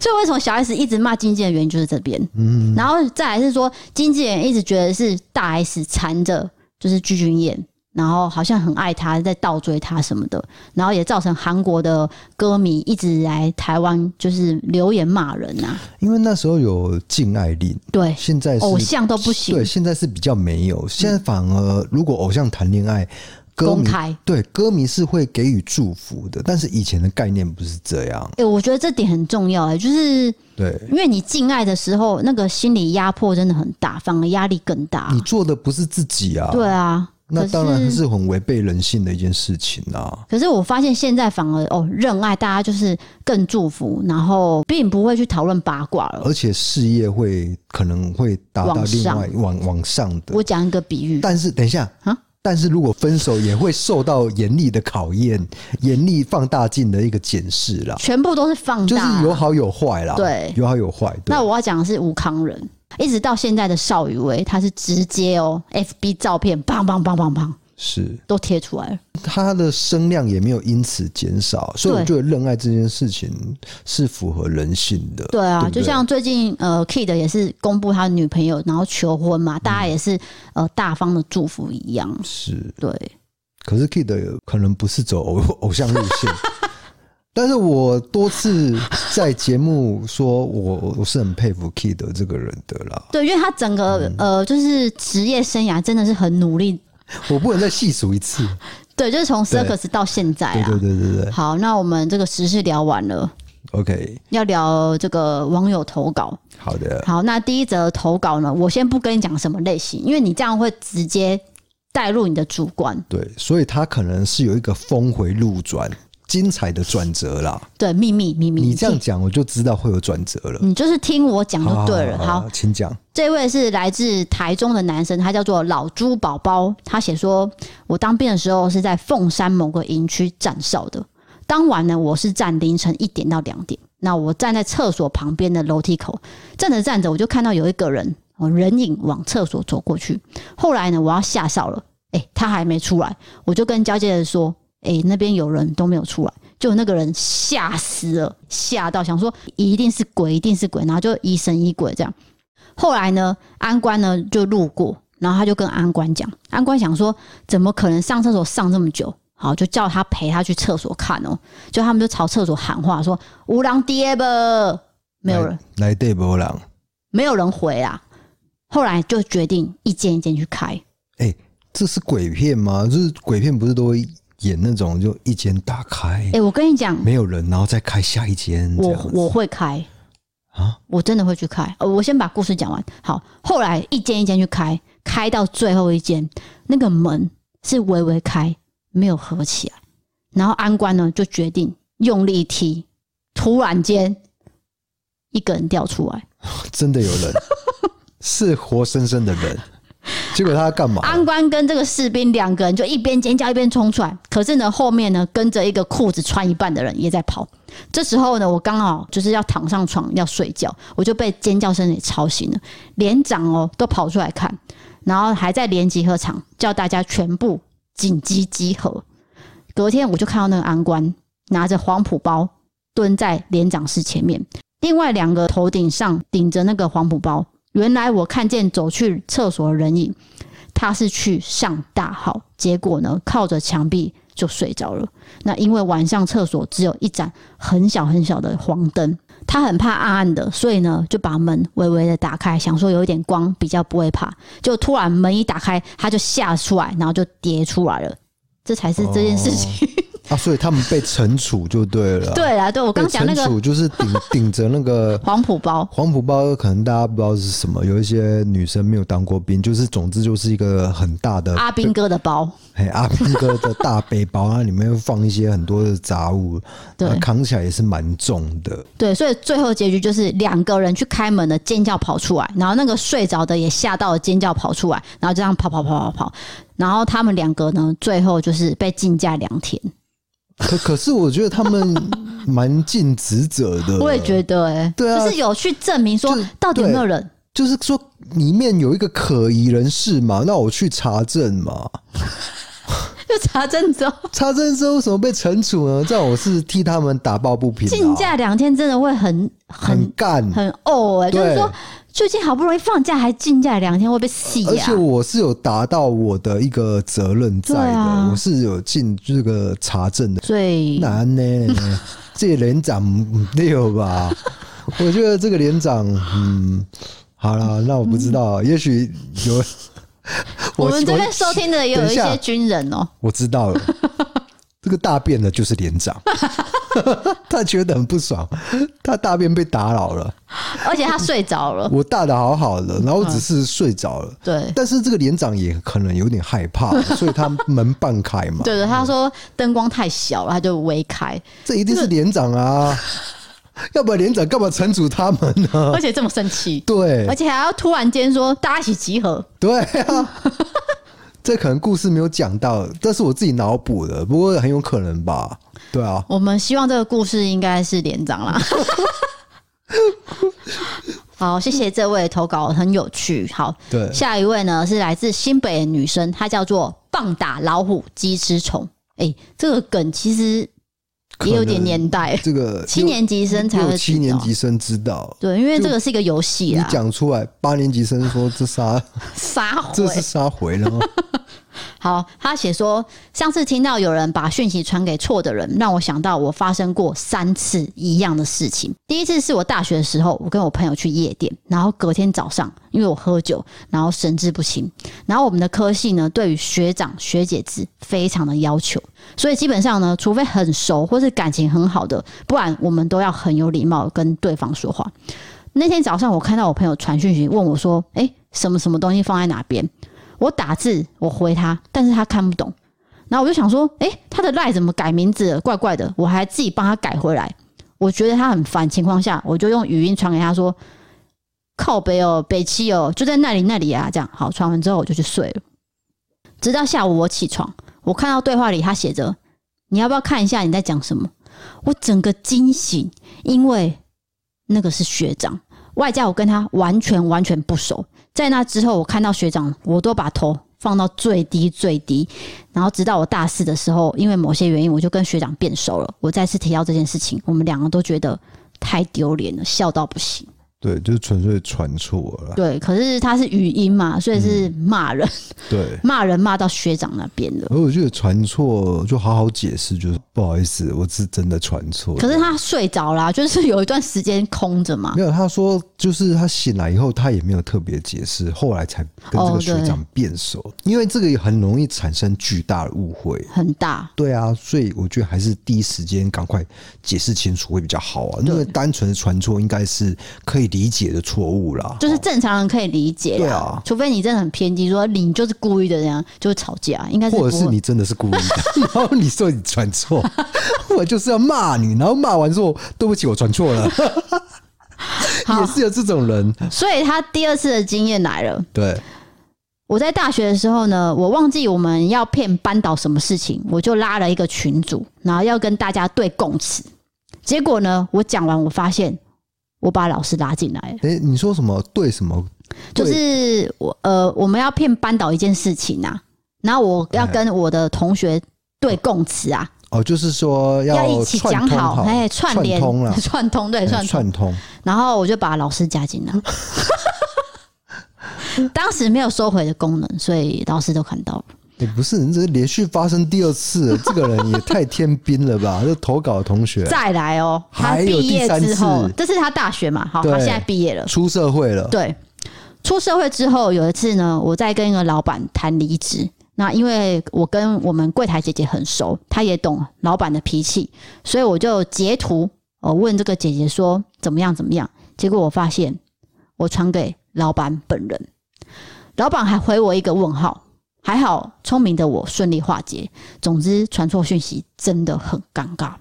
Speaker 1: 所以为什么小 S 一直骂经纪人的原因就是这边。嗯，然后再来是说，经纪人一直觉得是大 S 缠着就是具俊晔，然后好像很爱他，在倒追他什么的，然后也造成韩国的歌迷一直来台湾就是留言骂人啊，
Speaker 2: 因为那时候有禁爱令，
Speaker 1: 对，
Speaker 2: 现在是
Speaker 1: 偶像都不行
Speaker 2: 对，，现在是比较没有，现在反而如果偶像谈恋爱，歌
Speaker 1: 公
Speaker 2: 迷
Speaker 1: 开。
Speaker 2: 对歌迷是会给予祝福的，但是以前的概念不是这样，
Speaker 1: 哎、我觉得这点很重要哎、就是
Speaker 2: 对。
Speaker 1: 因为你敬爱的时候，那个心理压迫真的很大，反而压力更大。
Speaker 2: 你做的不是自己啊，
Speaker 1: 对啊，
Speaker 2: 那
Speaker 1: 可
Speaker 2: 当然
Speaker 1: 是
Speaker 2: 是很违背人性的一件事情啊。
Speaker 1: 可是我发现现在反而哦，认爱大家就是更祝福，然后并不会去讨论八卦了。
Speaker 2: 而且事业会可能会达到
Speaker 1: 往
Speaker 2: 另
Speaker 1: 上
Speaker 2: 外往往上的
Speaker 1: 我，讲一个比喻，
Speaker 2: 但是等一下
Speaker 1: 啊
Speaker 2: 但是如果分手也会受到严厉的考验，严厉放大镜的一个检视啦，
Speaker 1: 全部都是放
Speaker 2: 就是
Speaker 1: 大啊。
Speaker 2: 有好有坏啦，
Speaker 1: 对
Speaker 2: 有好有坏。对
Speaker 1: 那我要讲的是吴康仁，一直到现在的邵雨薇，她是直接哦，FB 照片，棒棒棒棒棒，
Speaker 2: 是
Speaker 1: 都贴出来了。
Speaker 2: 他的声量也没有因此减少，所以我
Speaker 1: 对
Speaker 2: 觉得认爱这件事情是符合人性的。
Speaker 1: 对啊，
Speaker 2: 对不对
Speaker 1: 就像最近呃，Kid 也是公布他女朋友然后求婚
Speaker 2: 嗯
Speaker 1: 嘛，大家也是、呃大方的祝福一样。
Speaker 2: 是，
Speaker 1: 对，
Speaker 2: 可是 Kid 也可能不是走 偶偶像路线。 但是我多次在节目说我，我是很佩服 Kid 这个人的啦。
Speaker 1: 对，因为他整个、呃就是职业生涯真的是很努力，
Speaker 2: 我不能再细数一 次。
Speaker 1: 对，就是从
Speaker 2: 对
Speaker 1: circus 到现在
Speaker 2: 对
Speaker 1: 啊。
Speaker 2: 对对对对
Speaker 1: 好，那我们这个时事聊完了，
Speaker 2: ，OK，
Speaker 1: 要聊这个网友投稿。
Speaker 2: 好的，
Speaker 1: 好，那第一则投稿呢，我先不跟你讲什么类型，因为你这样会直接带入你的主观，
Speaker 2: 对，所以他可能是有一个峰回路转、精彩的转折啦。
Speaker 1: 对秘密秘密。
Speaker 2: 你这样
Speaker 1: 听，
Speaker 2: 讲，我就知道会有转折了。
Speaker 1: 你就是听我讲就嗯对了。好，
Speaker 2: 请讲。
Speaker 1: 这位是来自台中的男生，他叫做老朱宝宝。他写说：“我当兵的时候是在凤山某个营区站哨的，当晚呢，我是站凌晨一点到两点。那我站在厕所旁边的楼梯口，站着站着，我就看到有一个人哦人影往厕所走过去。后来呢，我要下哨了，诶、他还没出来，我就跟交接人说：‘诶、那边有人都没有出来。’就那个人吓死了，吓到想说一定是鬼，一定是鬼，然后就疑神疑鬼这样。”后来呢，安官呢就路过，然后他就跟安官讲，安官想说，怎么可能上厕所上这么久？好，就叫他陪他去厕所看哦。就他们就朝厕所喊话说：“无狼爹吧！”没有人，
Speaker 2: 来来对波浪。
Speaker 1: 没有人回啊。后来就决定一间一间去开，
Speaker 2: 哎、这是鬼片吗？就是鬼片不是都会演那种就一间打开、
Speaker 1: 哎、我跟你讲，
Speaker 2: 没有人，然后再开下一间这
Speaker 1: 我
Speaker 2: 样
Speaker 1: 我
Speaker 2: 子
Speaker 1: 会开，
Speaker 2: 啊？
Speaker 1: 我真的会去开。呃，我先把故事讲完。好，后来一间一间去开，开到最后一间，那个门是微微开，没有合起来。然后安官呢就决定用力踢，突然间一个人掉出来。
Speaker 2: 真的有人， 是活生生的人。结果他干嘛？
Speaker 1: 安官跟这个士兵两个人就一边尖叫一边冲出来，可是呢后面呢跟着一个裤子穿一半的人也在跑。这时候呢，我刚好就是要躺上床要睡觉，我就被尖叫声给吵醒了，连长哦都跑出来看，然后还在连集合场叫大家全部紧急集合。隔天我就看到那个安官拿着黄浦包蹲在连长室前面，另外两个头顶上顶着那个黄浦包。原来我看见走去厕所的人影，他是去上大号，结果呢靠着墙壁就睡着了。那因为晚上厕所只有一盏很小很小的黄灯，他很怕暗暗的，所以呢就把门微微的打开，想说有一点光比较不会怕。就突然门一打开，他就吓出来，然后就跌出来了。这才是这件事情。
Speaker 2: 啊，所以他们被惩处就对 了。，
Speaker 1: 对啊啦，对我
Speaker 2: 被
Speaker 1: 刚讲那
Speaker 2: 惩
Speaker 1: 个
Speaker 2: 处就是顶顶着那个
Speaker 1: 黄浦包，
Speaker 2: 黄埔包可能大家不知道是什么，有一些女生没有当过兵，就是总之就是一个很大的
Speaker 1: 阿兵哥的包，
Speaker 2: 嘿阿兵哥的大背包，它里面会放一些很多的杂物，
Speaker 1: 对
Speaker 2: 那扛起来也是蛮重的。
Speaker 1: 对，所以最后结局就是两个人去开门的尖叫跑出来，然后那个睡着的也吓到了尖叫跑出来，然后就这样跑跑跑跑跑，然后他们两个呢，最后就是被禁驾两天。
Speaker 2: 可可是我觉得他们蛮尽职责 的，
Speaker 1: 我也觉得、欸，
Speaker 2: 对啊
Speaker 1: 就是有去证明说
Speaker 2: 就是
Speaker 1: 到底有没有人。
Speaker 2: 就是说里面有一个可疑人士嘛，那我去查证嘛，
Speaker 1: 就查证之后，
Speaker 2: 查证之后为什么被惩处呢？这样我是替他们打抱不平、啊，
Speaker 1: 禁驾两天真的会很很
Speaker 2: 很干。
Speaker 1: 很哦哎、欸，
Speaker 2: 对
Speaker 1: 就是说最近好不容易放假还禁驾两天，会被戏
Speaker 2: 而
Speaker 1: 啊
Speaker 2: 且。我是有达到我的一个责任在
Speaker 1: 对
Speaker 2: 的，
Speaker 1: 啊
Speaker 2: 我是有尽这个查证的。
Speaker 1: 所以
Speaker 2: 难呢， 这连长不对吧？我觉得这个连长，嗯，好啦，那我不知道，也许有
Speaker 1: 嗯 我们这边收听的也有
Speaker 2: 等
Speaker 1: 一
Speaker 2: 一下
Speaker 1: 些军人哦、
Speaker 2: 我知道 了，这个大便的就是连长， 他觉得很不爽，他大便被打扰了，
Speaker 1: 而且他睡着了。
Speaker 2: 我大的好好
Speaker 1: 嗯
Speaker 2: 的，然后我只是睡着了。
Speaker 1: 对，
Speaker 2: 但是这个连长也可能有点害 怕，所以他门半开嘛。
Speaker 1: 对对，他说灯光太小了，他就微开，
Speaker 2: 这一定是连长啊，要不然连长干嘛惩处他们 呢？
Speaker 1: 而且这么生气，
Speaker 2: 嗯对
Speaker 1: 而，且还要突然间说大家一起集合，
Speaker 2: 对 啊，这可能故事没有讲到，但是我自己脑补的，不过很有可能吧？对啊，
Speaker 1: 我们希望这个故事应该是连长 啦。好，谢谢这位投稿，很有趣。好，
Speaker 2: 对
Speaker 1: 下一位呢是来自新北的女生，她叫做棒打老虎，鸡吃虫。哎、这个梗其实也有点年代，
Speaker 2: 这个
Speaker 1: 七年级生才
Speaker 2: 六
Speaker 1: 会
Speaker 2: 六七
Speaker 1: 知
Speaker 2: 年
Speaker 1: 道
Speaker 2: 级生知道，
Speaker 1: 对，因为这个是一个游戏
Speaker 2: 你
Speaker 1: 啦，
Speaker 2: 讲出来，八年级生说这 啥？
Speaker 1: 撒谎。
Speaker 2: 这是杀回 了吗？
Speaker 1: 好，他写说，上次听到有人把讯息传给错的人，让我想到我发生过三次一样的事情。第一次是我大学的时候，我跟我朋友去夜店，然后隔天早上因为我喝酒，然后神志不清。然后我们的科系呢，对于学长学姐制非常的要求，所以基本上呢，除非很熟或是感情很好的，不然我们都要很有礼貌跟对方说话。那天早上，我看到我朋友传讯息问我说：“诶，什么什么东西放在哪边？”我打字，我回他，但是他看不懂。然后我就想说，诶，他的赖怎么改名字了？怪怪的。我还自己帮他改回来。我觉得他很烦情况下，我就用语音传给他说：“靠北哦，北七哦，就在那里那里啊。”这样好，传完之后我就去睡了。直到下午我起床，我看到对话里他写着：“你要不要看一下你在讲什么？”我整个惊醒，因为那个是学长，外加我跟他完全完全不熟。在那之后，我看到学长，我都把头放到最低最低，然后直到我大四的时候，因为某些原因，我就跟学长变熟了。我再次提到这件事情，我们两个都觉得太丢脸了，笑到不行。
Speaker 2: 对，就是纯粹传错了啦。
Speaker 1: 对，可是他是语音嘛，所以是骂人，
Speaker 2: 对，
Speaker 1: 骂、人骂到学长那边了。
Speaker 2: 而我觉得传错就好好解释，就是不好意思，我是真的传错了。
Speaker 1: 可是他睡着啦、就是有一段时间空着嘛
Speaker 2: 没。有，他说就是他醒来以后，他也没有特别解释，后来才跟这
Speaker 1: 哦
Speaker 2: 个学
Speaker 1: 对
Speaker 2: 长变熟，因为这个也很容易产生巨大的误会。
Speaker 1: 很大，
Speaker 2: 对啊，所以我觉得还是第一时间赶快解释清楚会比较好啊。因为单纯的传错应该是可以理解的错误啦。
Speaker 1: 就是正常人可以理解啦
Speaker 2: 对啊
Speaker 1: 除非你真的很偏激，说你就是故意的这样，就会吵架，应该是不
Speaker 2: 或者是
Speaker 1: 会。
Speaker 2: 你真的是故意 的，然后你说你传错， 我就是要骂你，然后骂完之后，对不起，我传 错了，也是有这种人，
Speaker 1: 所以他第二次的经验来了。
Speaker 2: 对，
Speaker 1: 我在大学的时候呢，我忘记我们要骗班导什么事情，我就拉了一个群组，然后要跟大家对供词。结果呢，我讲完，我发现我把老师拉进来了，
Speaker 2: 哎、你说什么对什么，
Speaker 1: 就
Speaker 2: 对
Speaker 1: 是我呃，我们要骗班导一件事情啊，然后我要跟我的同学对供词啊，
Speaker 2: 哦，就是说
Speaker 1: 要
Speaker 2: 要
Speaker 1: 一起讲
Speaker 2: 串通好，
Speaker 1: 哎，
Speaker 2: 串
Speaker 1: 串联
Speaker 2: 通啦，
Speaker 1: 串通对，
Speaker 2: 哎
Speaker 1: 串通
Speaker 2: 串通，
Speaker 1: 然后我就把老师加 进来，当时没有收回的功能，所以老师都看到了。
Speaker 2: 哎、不是，你这是连续发生第二次了，这个人也太天兵了吧？这投稿的同学
Speaker 1: 再来哦，他
Speaker 2: 还有
Speaker 1: 毕业
Speaker 2: 第三
Speaker 1: 之后
Speaker 2: 次，
Speaker 1: 这是他大学嘛，好，
Speaker 2: 对
Speaker 1: 他现在毕业了，
Speaker 2: 出社会了，
Speaker 1: 对。出社会之后，有一次呢，我在跟一个老板谈离职。那因为我跟我们柜台姐姐很熟，她也懂老板的脾气，所以我就截图，我问这个姐姐说怎么样怎么样。结果我发现我传给老板本人，老板还回我一个问号。还好聪明的我顺利化解。总之，传错讯息真的很尴尬。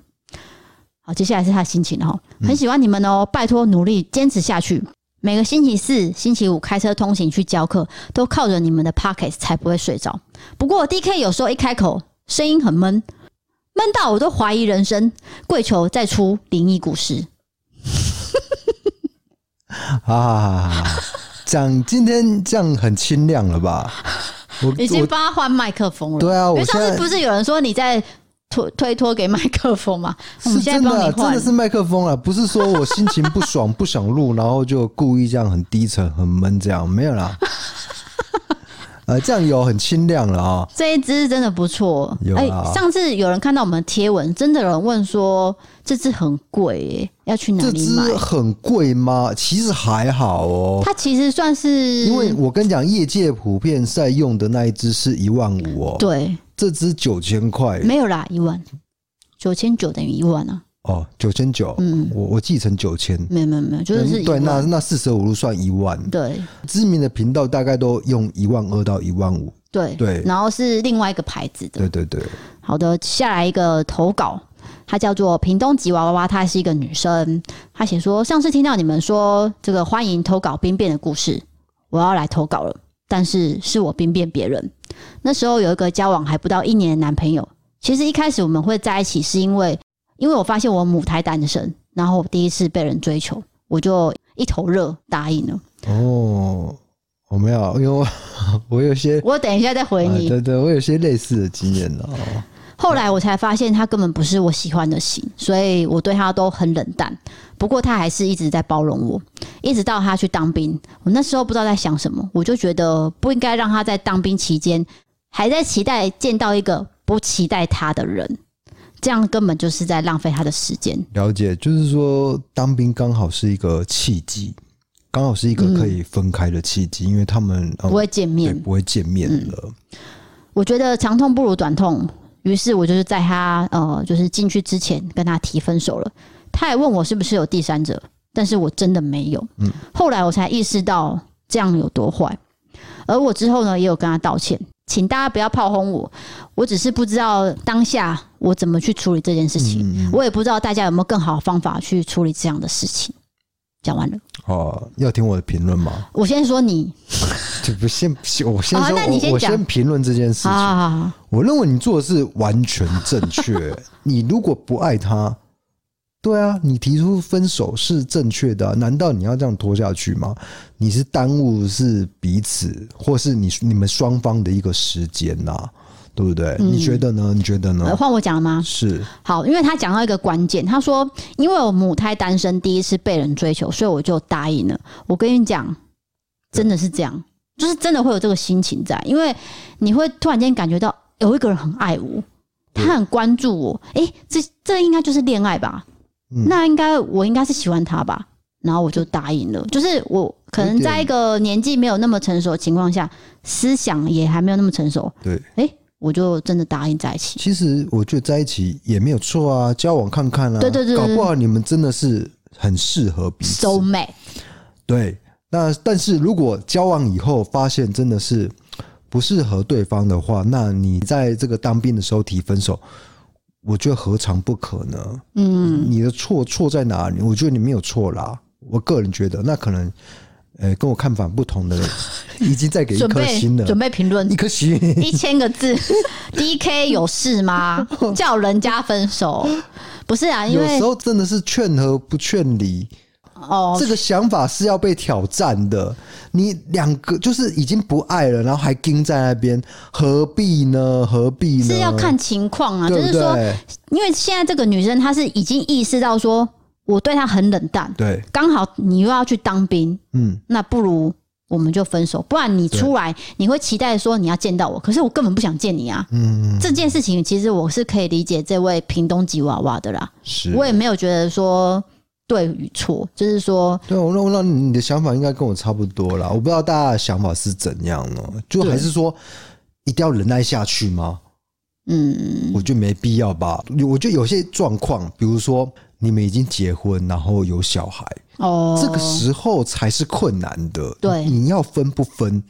Speaker 1: 好，接下来是他的心情了哈，很喜欢你们哦，拜托努力坚持下去。每个星期四、星期五开车通勤去教课，都靠着你们的 Pocket 才不会睡着。不过 DK 有时候一开口，声音很闷，闷到我都怀疑人生。跪求再出灵异故事，
Speaker 2: 啊，讲今天这样很清亮 了吧？我
Speaker 1: 已
Speaker 2: 我
Speaker 1: 经帮他换麦克风了。
Speaker 2: 对啊，
Speaker 1: 因
Speaker 2: 我
Speaker 1: 为上
Speaker 2: 现
Speaker 1: 次
Speaker 2: 在
Speaker 1: 不是有人说你在推推脱给麦克风吗？我
Speaker 2: 是
Speaker 1: 们现
Speaker 2: 真
Speaker 1: 在
Speaker 2: 的
Speaker 1: 帮
Speaker 2: 啊，
Speaker 1: 你
Speaker 2: 真
Speaker 1: 换
Speaker 2: 的。是麦克风啊，不是说我心情不爽不想录，然后就故意这样很低沉、很闷这样，没 有啦。呃，这样有很清亮了啊、
Speaker 1: 这一支真的不错
Speaker 2: 有，
Speaker 1: 哎、
Speaker 2: 啊
Speaker 1: 上次有人看到我们的贴文，真的有人问说这支很贵、耶，要去哪
Speaker 2: 这
Speaker 1: 里
Speaker 2: 支哦
Speaker 1: 买？
Speaker 2: 很贵吗？其实还好哦，
Speaker 1: 它其实算是
Speaker 2: 因为我跟你讲，业界普遍在用的那一支是一万五哦，
Speaker 1: 对
Speaker 2: 这支九千块
Speaker 1: 没有啦，一万九千九等于一万啊，
Speaker 2: 哦，九千九，
Speaker 1: 嗯
Speaker 2: 我我记成九千。
Speaker 1: 没有没有没有，就是是一
Speaker 2: 嗯对，那
Speaker 1: 万。
Speaker 2: 那四舍五入算一万，
Speaker 1: 对
Speaker 2: 知名的频道大概都用一万二到一万五，
Speaker 1: 对
Speaker 2: 对
Speaker 1: 然后是另外一个牌子的
Speaker 2: 对。对对。
Speaker 1: 好的，下来一个投稿，她叫做屏东吉娃娃，她是一个女生。她写说，上次听到你们说这个欢迎投稿兵变的故事，我要来投稿了，但是是我兵变别人。那时候有一个交往还不到一年的男朋友，其实一开始我们会在一起是因为，因为我发现我母胎单身，然后我第一次被人追求，我就一头热答应了。
Speaker 2: 哦，我没有，因为我 我有些
Speaker 1: 我等一下再回
Speaker 2: 啊
Speaker 1: 你。
Speaker 2: 对对，我有些类似的经验呢、哦。
Speaker 1: 后来我才发现他根本不是我喜欢的型，所以我对他都很冷淡。不过他还是一直在包容我，一直到他去当兵。我那时候不知道在想什么，我就觉得不应该让他在当兵期间还在期待见到一个不期待他的人，这样根本就是在浪费他的时间。
Speaker 2: 了解，就是说当兵刚好是一个契机，刚好是一个可以分开的契机，因为他们、呃
Speaker 1: 不会见
Speaker 2: 对
Speaker 1: 面，嗯
Speaker 2: 不会见面了。
Speaker 1: 我觉得长痛不如短痛，于是我就是在他呃，就是进去之前跟他提分手了。他也问我是不是有第三者，但是我真的没有。后来我才意识到这样有多坏，而我之后呢，也有跟他道歉，请大家不要炮轰我，我只是不知道当下我怎么去处理这件事情，我也不知道大家有没有更好的方法去处理这样的事情。讲完了，
Speaker 2: 哦，要听我的评论吗？
Speaker 1: 我先说你
Speaker 2: 就不先，我先
Speaker 1: 好哦
Speaker 2: 说，
Speaker 1: 那你
Speaker 2: 我
Speaker 1: 先
Speaker 2: 我
Speaker 1: 讲
Speaker 2: 先评论这件事情。
Speaker 1: 啊，
Speaker 2: 我认为你做的是完全正 确。你如果不爱他，对啊，你提出分手是正确的啊、难道你要这样拖下去吗？你是耽误是彼此，或是你你们双方的一个时间呐、对不对？你觉得呢？你觉得
Speaker 1: 呃
Speaker 2: 呢？
Speaker 1: 嗯换我讲了吗？
Speaker 2: 是
Speaker 1: 好，因为他讲到一个关键，他说因为我母胎单身，第一次被人追求，所以我就答应了。我跟你讲，真的是这样，就是真的会有这个心情在，因为你会突然间感觉到有一个人很爱我，
Speaker 2: 对
Speaker 1: 他很关注我，诶、这这应该就是恋爱吧？
Speaker 2: 嗯
Speaker 1: 那应该我应该是喜欢他吧？然后我就答应了，就是我可能在一个年纪没有那么成熟的情况下，思想也还没有那么成熟，
Speaker 2: 对。
Speaker 1: 诶、我就真的答应在一起。
Speaker 2: 其实我觉得在一起也没有错啊，交往看看啊，
Speaker 1: 对对对对
Speaker 2: 搞不好你们真的是很适合彼此。
Speaker 1: So mad。
Speaker 2: 对，那但是如果交往以后发现真的是不适合对方的话，那你在这个当兵的时候提分手，我觉得何尝不可呢？嗯，你的错错在哪里？我觉得你没有错啦，我个人觉得，那可能呃跟我看法不同的人已经在给一
Speaker 1: 准
Speaker 2: 颗
Speaker 1: 备
Speaker 2: 心了，
Speaker 1: 准备评 论
Speaker 2: 一颗心。
Speaker 1: 一千个字，D K 有事 吗？叫人家分手？不是啊，因
Speaker 2: 有
Speaker 1: 为
Speaker 2: 时候真的是劝和不劝离，
Speaker 1: 哦
Speaker 2: 这，个想法是要被挑战的。你两个就是已经不爱了，然后还盯在那边，何必呢？何必呢？
Speaker 1: 是要看情况啊，
Speaker 2: 对
Speaker 1: 就是
Speaker 2: 不
Speaker 1: 说，
Speaker 2: 对？
Speaker 1: 因为现在这个女生她是已经意识到说我对她很冷淡，
Speaker 2: 对，
Speaker 1: 刚好你又要去当兵，
Speaker 2: 嗯，
Speaker 1: 那不如。我们就分手，不然你出来你会期待说你要见到我，可是我根本不想见你啊！
Speaker 2: 嗯，
Speaker 1: 这件事情其实我是可以理解这位屏东吉娃娃的啦，
Speaker 2: 是。
Speaker 1: 我也没有觉得说对与错，就是说
Speaker 2: 对，我让我让你的想法应该跟我差不多啦。我不知道大家的想法是怎样呢？就还是说一定要忍耐下去吗？
Speaker 1: 嗯，
Speaker 2: 我觉得没必要吧。我觉得有些状况，比如说你们已经结婚，然后有小孩，
Speaker 1: 哦，
Speaker 2: 这个时候才是困难的。
Speaker 1: 对
Speaker 2: 你要分不分？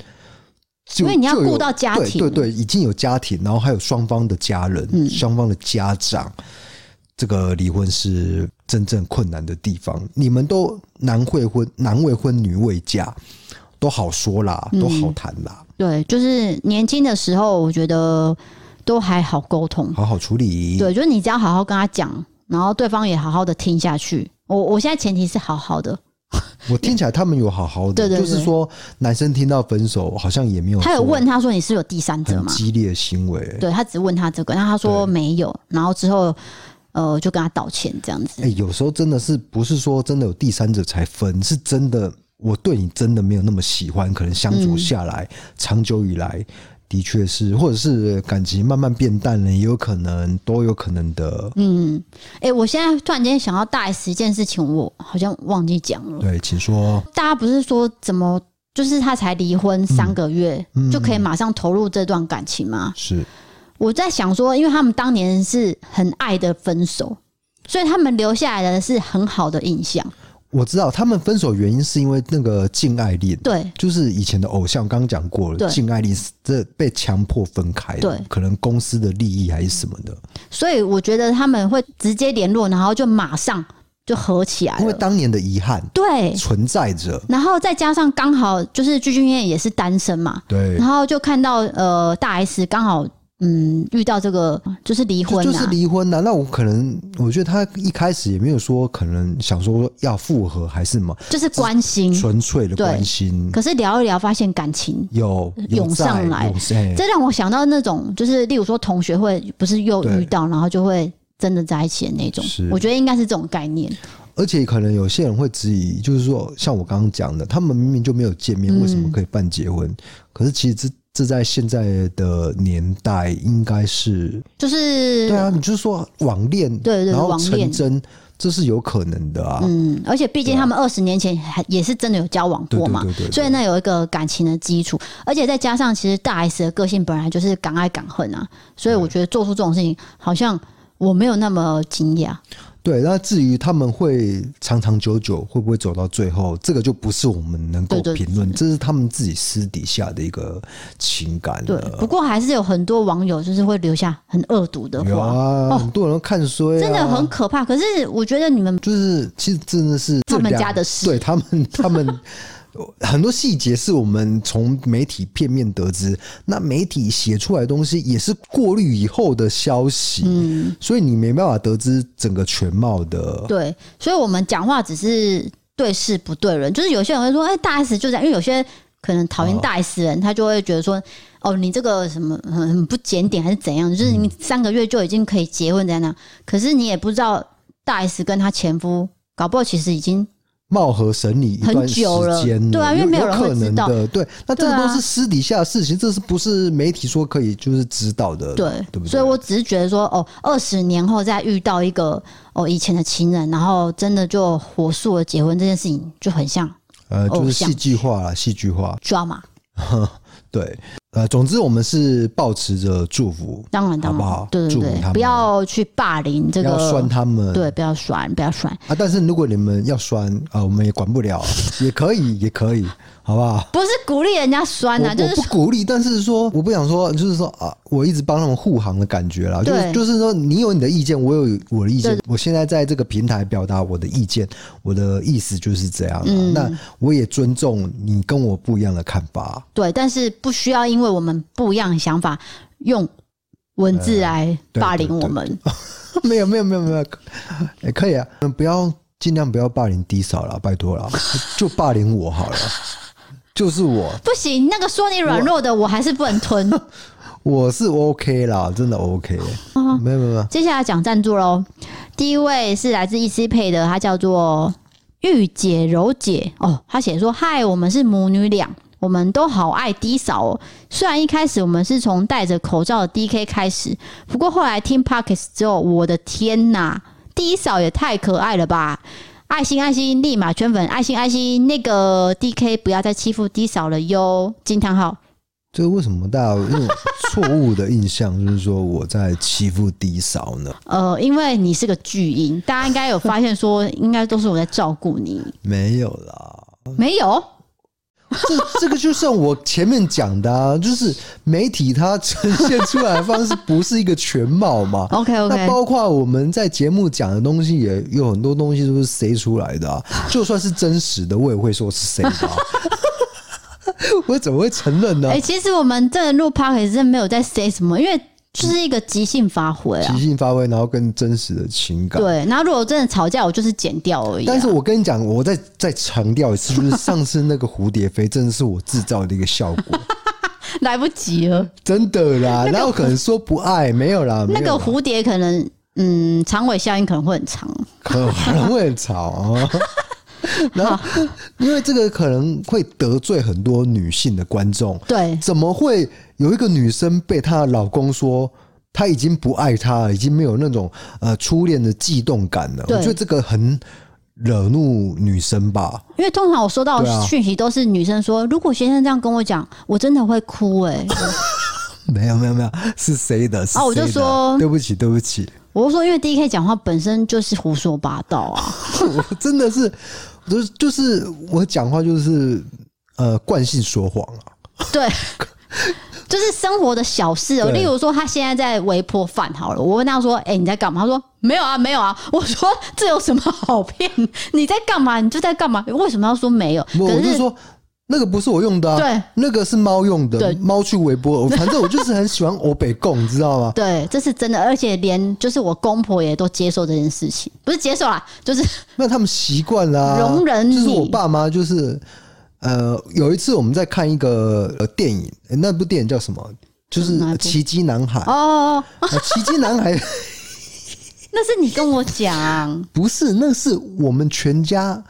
Speaker 2: 就
Speaker 1: 因为你要
Speaker 2: 就有
Speaker 1: 顾到家庭嗯
Speaker 2: 对对对，已经有家庭，然后还有双方的家人、双方的家长，这个离婚是真正困难的地方。你们都男未婚，男未婚，女未嫁，都好说啦，
Speaker 1: 嗯
Speaker 2: 都好谈啦，
Speaker 1: 对，就是年轻的时候，我觉得都还好沟通。
Speaker 2: 好好处理。
Speaker 1: 对，就是你只要好好跟他讲，然后对方也好好的听下去。我我现在前提是好好的，
Speaker 2: 哦我听起来他们有好好的，
Speaker 1: 对对对
Speaker 2: 就是说男生听到分手好像也没有，
Speaker 1: 他有问他说你是有第三者
Speaker 2: 很
Speaker 1: 吗？
Speaker 2: 激烈的行为。
Speaker 1: 对他只问他这个，那他说没有，然后之后呃就跟他道歉这样
Speaker 2: 哎、
Speaker 1: 子。
Speaker 2: 有时候真的是不是说真的有第三者才分，是真的我对你真的没有那么喜欢，可能相
Speaker 1: 嗯
Speaker 2: 处下来，长久以来的确是，或者是感情慢慢变淡了，也有可能，都有可能的。
Speaker 1: 哎、我现在突然间想到大 S 一件事情，我好像忘记讲了。
Speaker 2: 对，请说。
Speaker 1: 大家不是说怎么就是他才离婚
Speaker 2: 嗯
Speaker 1: 三个月、就可以马上投入这段感情吗？
Speaker 2: 是
Speaker 1: 我在想说，因为他们当年是很爱的分手，所以他们留下来的是很好的印象。
Speaker 2: 我知道他们分手原因是因为那个禁爱令，
Speaker 1: 对
Speaker 2: 就是以前的偶像，刚刚讲过了，
Speaker 1: 对
Speaker 2: 禁爱令是这被强迫分开的，
Speaker 1: 对
Speaker 2: 可能公司的利益还是什么的。
Speaker 1: 所以我觉得他们会直接联络，然后就马上就合起来
Speaker 2: 因为
Speaker 1: 了。
Speaker 2: 当年的遗憾
Speaker 1: 对，
Speaker 2: 存在着，
Speaker 1: 然后再加上刚好就是具俊晔也是单身嘛，
Speaker 2: 对
Speaker 1: 然后就看到呃大 S 刚好。嗯遇到这个就是离
Speaker 2: 就
Speaker 1: 婚
Speaker 2: 就是
Speaker 1: 啊，
Speaker 2: 离婚呐、那我可能，我觉得他一开始也没有说可能想说要复合还是什么，
Speaker 1: 就是关心。
Speaker 2: 纯粹的
Speaker 1: 嗯对
Speaker 2: 关心，
Speaker 1: 可是聊一聊，发现感情
Speaker 2: 有有
Speaker 1: 涌上
Speaker 2: 在哎
Speaker 1: 来
Speaker 2: 有在
Speaker 1: 这让我想到那种，就是例如说同学会不是又
Speaker 2: 对
Speaker 1: 遇到，然后就会真的在一起的那种
Speaker 2: 是。
Speaker 1: 我觉得应该是这种概念。
Speaker 2: 而且可能有些人会质疑，就是说像我刚刚讲的，他们明明就没有见面，
Speaker 1: 嗯
Speaker 2: 为什么可以办结婚？可是其实这这在现在的年代应该是
Speaker 1: 就是
Speaker 2: 对啊，你就是说网恋，
Speaker 1: 对对
Speaker 2: 然后
Speaker 1: 网恋
Speaker 2: 成真，这是有可能的啊。
Speaker 1: 嗯，而且毕竟
Speaker 2: 对啊
Speaker 1: 他们二十年前还也是真的有交往
Speaker 2: 对
Speaker 1: 过
Speaker 2: 对
Speaker 1: 嘛，
Speaker 2: 对对对
Speaker 1: 所以那有一个感情的基础，而且再加上其实大 S 的个性本来就是敢爱敢恨啊，所以我觉得做出这种事情好像我没有那么惊讶。
Speaker 2: 对，那至于他们会长长久久会不会走到最后，这个就不是我们能够
Speaker 1: 对对
Speaker 2: 评论，这是他们自己私底下的一个情感
Speaker 1: 对，
Speaker 2: 了。
Speaker 1: 不过还是有很多网友就是会留下很恶毒的
Speaker 2: 有
Speaker 1: 话，
Speaker 2: 啊，
Speaker 1: 哦
Speaker 2: 很多人都看衰、啊，
Speaker 1: 真的很可怕。可是我觉得你们
Speaker 2: 就是其实真的是
Speaker 1: 他们
Speaker 2: 这两
Speaker 1: 家的事
Speaker 2: 对 他们他们。很多细节是我们从媒体片面得知，那媒体写出来的东西也是过滤以后的消息，
Speaker 1: 嗯
Speaker 2: 所以你没办法得知整个全貌的。
Speaker 1: 对，所以我们讲话只是对事不对人，就是有些人会说，哎、大 S 就这样，因为有些可能讨厌大 S 人，他就会觉得说，哦，你这个什么很很不检点还是怎样，就是你三个月就已经可以结婚怎样怎样，可是你也不知道大 S 跟她前夫。搞不好其实已经
Speaker 2: 貌合神离一段
Speaker 1: 很
Speaker 2: 时
Speaker 1: 久了
Speaker 2: 间
Speaker 1: 对啊因为没
Speaker 2: 有
Speaker 1: 有人会
Speaker 2: 可能
Speaker 1: 知道
Speaker 2: 的，对，那这
Speaker 1: 对
Speaker 2: 个
Speaker 1: 啊
Speaker 2: 都是私底下的事情，这是不是媒体说可以就是知道的？
Speaker 1: 对，
Speaker 2: 对不对？
Speaker 1: 所以我只是觉得说，哦，二十年后再遇到一个哦以前的情人，然后真的就火速的结婚这件事情，就很像
Speaker 2: 呃，就
Speaker 1: 偶
Speaker 2: 是
Speaker 1: 像
Speaker 2: 戏剧化啦，戏剧化，
Speaker 1: drama。
Speaker 2: 对，呃，总之我们是保持着祝福，
Speaker 1: 当然，当然，
Speaker 2: 好不好
Speaker 1: 对对
Speaker 2: 祝福他
Speaker 1: 对，
Speaker 2: 们
Speaker 1: 不要去霸凌这
Speaker 2: 不
Speaker 1: 个，
Speaker 2: 要酸他们，
Speaker 1: 对，不要酸，不要酸。
Speaker 2: 啊，但是如果你们要酸啊、我们也管不了，也可以，也可以，好不好？
Speaker 1: 不是鼓励人家酸
Speaker 2: 我
Speaker 1: 呐、啊就是
Speaker 2: 我不鼓励，但是说我不想说，就是说啊，我一直帮他们护航的感觉啦，就是
Speaker 1: 对
Speaker 2: 就是说你有你的意见，我有我的意见，我现在在这个平台表达我的意见，我的意思就是这样、啊，
Speaker 1: 嗯
Speaker 2: 那我也尊重你跟我不一样的看法，
Speaker 1: 对，但是不需要因为我们不一样的想法，用文字来
Speaker 2: 对
Speaker 1: 霸凌
Speaker 2: 哎对
Speaker 1: 我
Speaker 2: 对
Speaker 1: 们。
Speaker 2: 没有没有没有没有，也、可以啊，嗯不要尽量不要霸凌低嫂啦，拜托啦，就霸凌我好了， 就是我，
Speaker 1: 不行，那个说你软弱的，我还是不能吞。
Speaker 2: 我是 OK 啦，真的 OK，、没
Speaker 1: 啊
Speaker 2: 有没有没有。
Speaker 1: 接下来讲赞助喽，第一位是来自 EC 配的，他叫做御姐柔姐哦，他写说：“嗨，我们是母女俩。”我们都好爱 D 嫂哦，虽然一开始我们是从戴着口罩的 DK 开始，不过后来听 Pockets 之后，我的天呐，D 嫂也太可爱了吧！爱心爱心，立马圈粉，爱心爱心，那个 DK 不要再欺负 D 嫂了哟！惊叹号，
Speaker 2: 就是为什么大家有那种错误的印象，就是说我在欺负低嫂呢？
Speaker 1: 呃，因为你是个巨婴，大家应该有发现说，应该都是我在照顾你，
Speaker 2: 没有啦，
Speaker 1: 没有，
Speaker 2: 这这个就像我前面讲的啊，就是媒体它呈现出来的方式不是一个全貌嘛。
Speaker 1: OK
Speaker 2: 那
Speaker 1: OK，
Speaker 2: 包括我们在节目讲的东西，也有很多东西都是塞出来的啊。就算是真实的，我也会说是谁的、啊。我怎么会承认呢、
Speaker 1: 哎、其实我们这录 p o d c a s 真没有在 say 什么，因为就是一个即兴发挥啊
Speaker 2: 即。兴发挥，然后跟真实的情感。
Speaker 1: 对，然后如果真的吵架，我就是剪掉而已、啊。
Speaker 2: 但是我跟你讲，我再再强调一次，就是上次那个蝴蝶飞，真的是我制造的一个效 果，
Speaker 1: 来不及了，
Speaker 2: 真的啦。然后可能说不爱，没有啦，
Speaker 1: 那
Speaker 2: 没
Speaker 1: 个
Speaker 2: 有啦
Speaker 1: 蝴蝶可能，嗯，长尾效应可能会很长。
Speaker 2: 可能会很吵 啊。然后，因为这个可能会得罪很多女性的观众，
Speaker 1: 对，
Speaker 2: 怎么会有一个女生被她的老公说她已经不爱他了，已经没有那种呃初恋的悸动感了？我
Speaker 1: 对
Speaker 2: 觉得这个很惹怒女生吧。
Speaker 1: 因为通常我收到
Speaker 2: 对啊
Speaker 1: 的讯息都是女生说，如果先生这样跟我讲，我真的会哭哎、
Speaker 2: 没有没有没有，是谁的？是
Speaker 1: 啊我就
Speaker 2: 谁的
Speaker 1: 说
Speaker 2: 对不起对不起，
Speaker 1: 我就说，因为 D K 讲话本身就是胡说八道啊。
Speaker 2: 我真的是，就是就是我讲话就是呃惯性说谎啊，
Speaker 1: 对，就是生活的小事哦。
Speaker 2: 对
Speaker 1: 例如说，他现在在微波饭好了，我问他说：“哎、你在干嘛？”他说：“没有啊，没有啊。”我说：“这有什么好骗？你在干嘛？你就在干嘛？为什么要说没有？”
Speaker 2: 我
Speaker 1: 可
Speaker 2: 我就是说。那个不是我用的、啊，
Speaker 1: 对，
Speaker 2: 那个是猫用的
Speaker 1: 对，
Speaker 2: 猫去 微波。反正我就是很喜欢欧北贡，你知道吗？
Speaker 1: 对，这是真的，而且连就是我公婆也都接受这件事情，不是接受啦，就是
Speaker 2: 那他们习惯啦，
Speaker 1: 容忍你
Speaker 2: 就是我爸妈就是，呃，有一次我们在看一个呃电影、诶那部电影叫什么？就是
Speaker 1: 哪一
Speaker 2: 《
Speaker 1: 部
Speaker 2: 奇迹男孩》啊
Speaker 1: 哦，
Speaker 2: 奇迹男孩》
Speaker 1: 那是你跟我讲，
Speaker 2: 不是，那是我们全家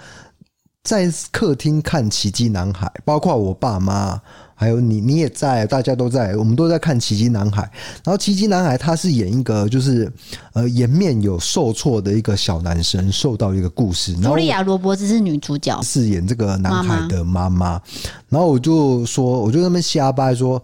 Speaker 2: 在客厅看《奇迹男孩》，包括我爸妈，还有你，你也在，啊大家都在，我们都在看《奇迹男孩》。然后，《奇迹男孩》他是演一个就是呃颜面有受挫的一个小男生，受到一个故事， 然
Speaker 1: 茱
Speaker 2: 后啊
Speaker 1: 莉亚·罗伯兹是女主角，
Speaker 2: 饰演这个男孩的妈妈。然后我就说，我就在那边瞎掰说，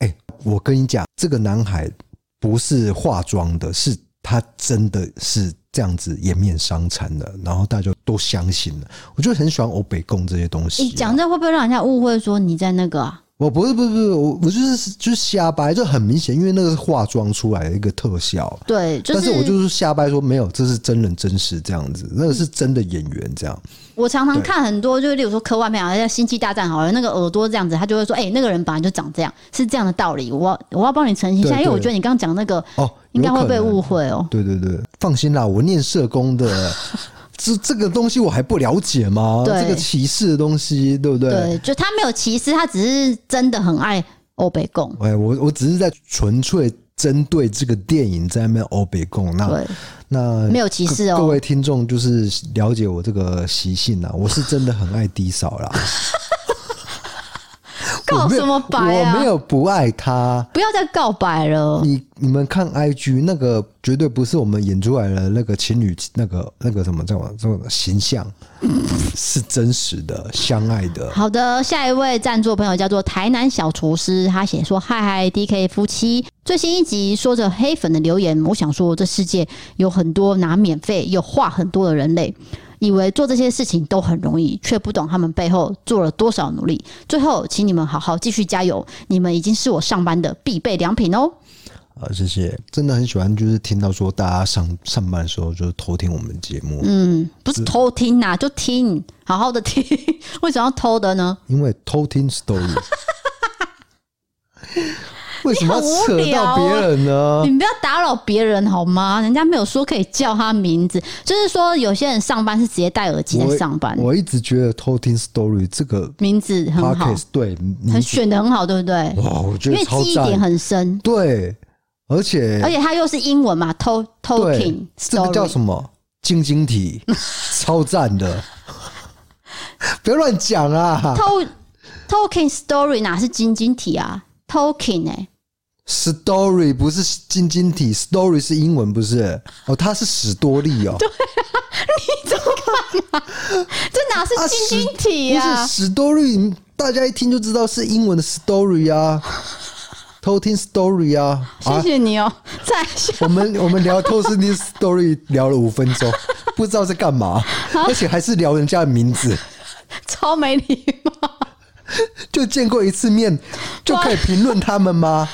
Speaker 2: 哎、我跟你讲，这个男孩不是化妆的，是他真的是这样子颜面伤残的。然后大家都相信了，我就很喜欢欧北共这些东西、啊
Speaker 1: 你讲这会不会让人家误会说你在那个、啊？
Speaker 2: 我不是不是不是，我我就是就是瞎掰，就很明显，因为那个是化妆出来的一个特效。
Speaker 1: 对，就
Speaker 2: 但
Speaker 1: 是
Speaker 2: 是我就是瞎掰说没有，这是真人真事这样子，那个是真的演员这样。
Speaker 1: 我常常
Speaker 2: 对
Speaker 1: 看很多，就是例如说科幻片啊，像《星际大战》好了，那个耳朵这样子，他就会说：“哎、那个人本来就长这样，是这样的道理。”我我要帮你澄清一下，
Speaker 2: 对
Speaker 1: 因为我
Speaker 2: 对
Speaker 1: 觉得你刚刚讲那个
Speaker 2: 哦，
Speaker 1: 应该
Speaker 2: 有可
Speaker 1: 会被
Speaker 2: 能
Speaker 1: 误会哦、
Speaker 2: 对对对，放心啦，我念社工 的，这这个东西我还不了解吗？
Speaker 1: 对
Speaker 2: 这个歧视的东西，对不对？
Speaker 1: 对，就他没有歧视，他只是真的很爱欧北贡。
Speaker 2: 哎，我我只是在纯粹针对这个电影在那边欧北共，那
Speaker 1: 对，
Speaker 2: 那
Speaker 1: 没有歧视
Speaker 2: 各
Speaker 1: 哦、
Speaker 2: 位听众就是了解我这个习性啊，我是真的很爱低 扫啦，
Speaker 1: 告什么白啊？
Speaker 2: 我没有不爱他。
Speaker 1: 不要再告白了。
Speaker 2: 你你们看 IG 那个绝对不是我们演出来的那个情侣那个那个什么这种这种形象， 是真实的相爱的。
Speaker 1: 好的，下一位赞助朋友叫做台南小厨师，他写说：“嗨嗨，DK 夫妻，最新一集说着黑粉的留言，我想说，这世界有很多拿免费又话很多的人类，以为做这些事情都很容易，却不懂他们背后做了多少努力。最后，请你们好好继续加油，你们已经是我上班的必备良品哦。
Speaker 2: 啊，谢谢，真的很喜欢，就是听到说大家上上班的时候就是偷听我们节目，
Speaker 1: 嗯，不是偷听呐、就听，好好的听， 为什么要偷的呢？
Speaker 2: 因为偷 听 story。为什么要扯到别人呢？
Speaker 1: 你不要打扰别人好吗？人家没有说可以叫他名字，就是说有些人上班是直接戴耳机哦在上班，
Speaker 2: 我一直觉得偷听 story 这个
Speaker 1: 名字很好
Speaker 2: podcast，对，你
Speaker 1: 很选的很好，对不对？
Speaker 2: 哇，我觉
Speaker 1: 因
Speaker 2: 得
Speaker 1: 为
Speaker 2: 超
Speaker 1: 记忆点
Speaker 2: 赞，
Speaker 1: 很深，
Speaker 2: 对，而且
Speaker 1: 而且它又是英文嘛，偷偷
Speaker 2: 对
Speaker 1: 听，
Speaker 2: 这个叫
Speaker 1: story
Speaker 2: 什么晶 晶体，超赞的，不要乱讲啊
Speaker 1: 偷 talking story 哪是晶晶体啊？talking 哎、
Speaker 2: ！Story 不是晶晶体，Story 是英文不是？哦，它是史多利哦，
Speaker 1: 这哪是
Speaker 2: 啊
Speaker 1: 晶晶体
Speaker 2: 不
Speaker 1: 啊？
Speaker 2: 是 story，大家一听就知道是英文的 story 啊，偷听 story 啊。
Speaker 1: 谢
Speaker 2: 啊，
Speaker 1: 谢你哦、再下
Speaker 2: 我们我们聊偷听 story 聊了五分钟，不知道在干嘛，
Speaker 1: 啊
Speaker 2: 而且还是聊人家的名字。
Speaker 1: 超没礼貌。
Speaker 2: 就见过一次面就可以评论他们吗？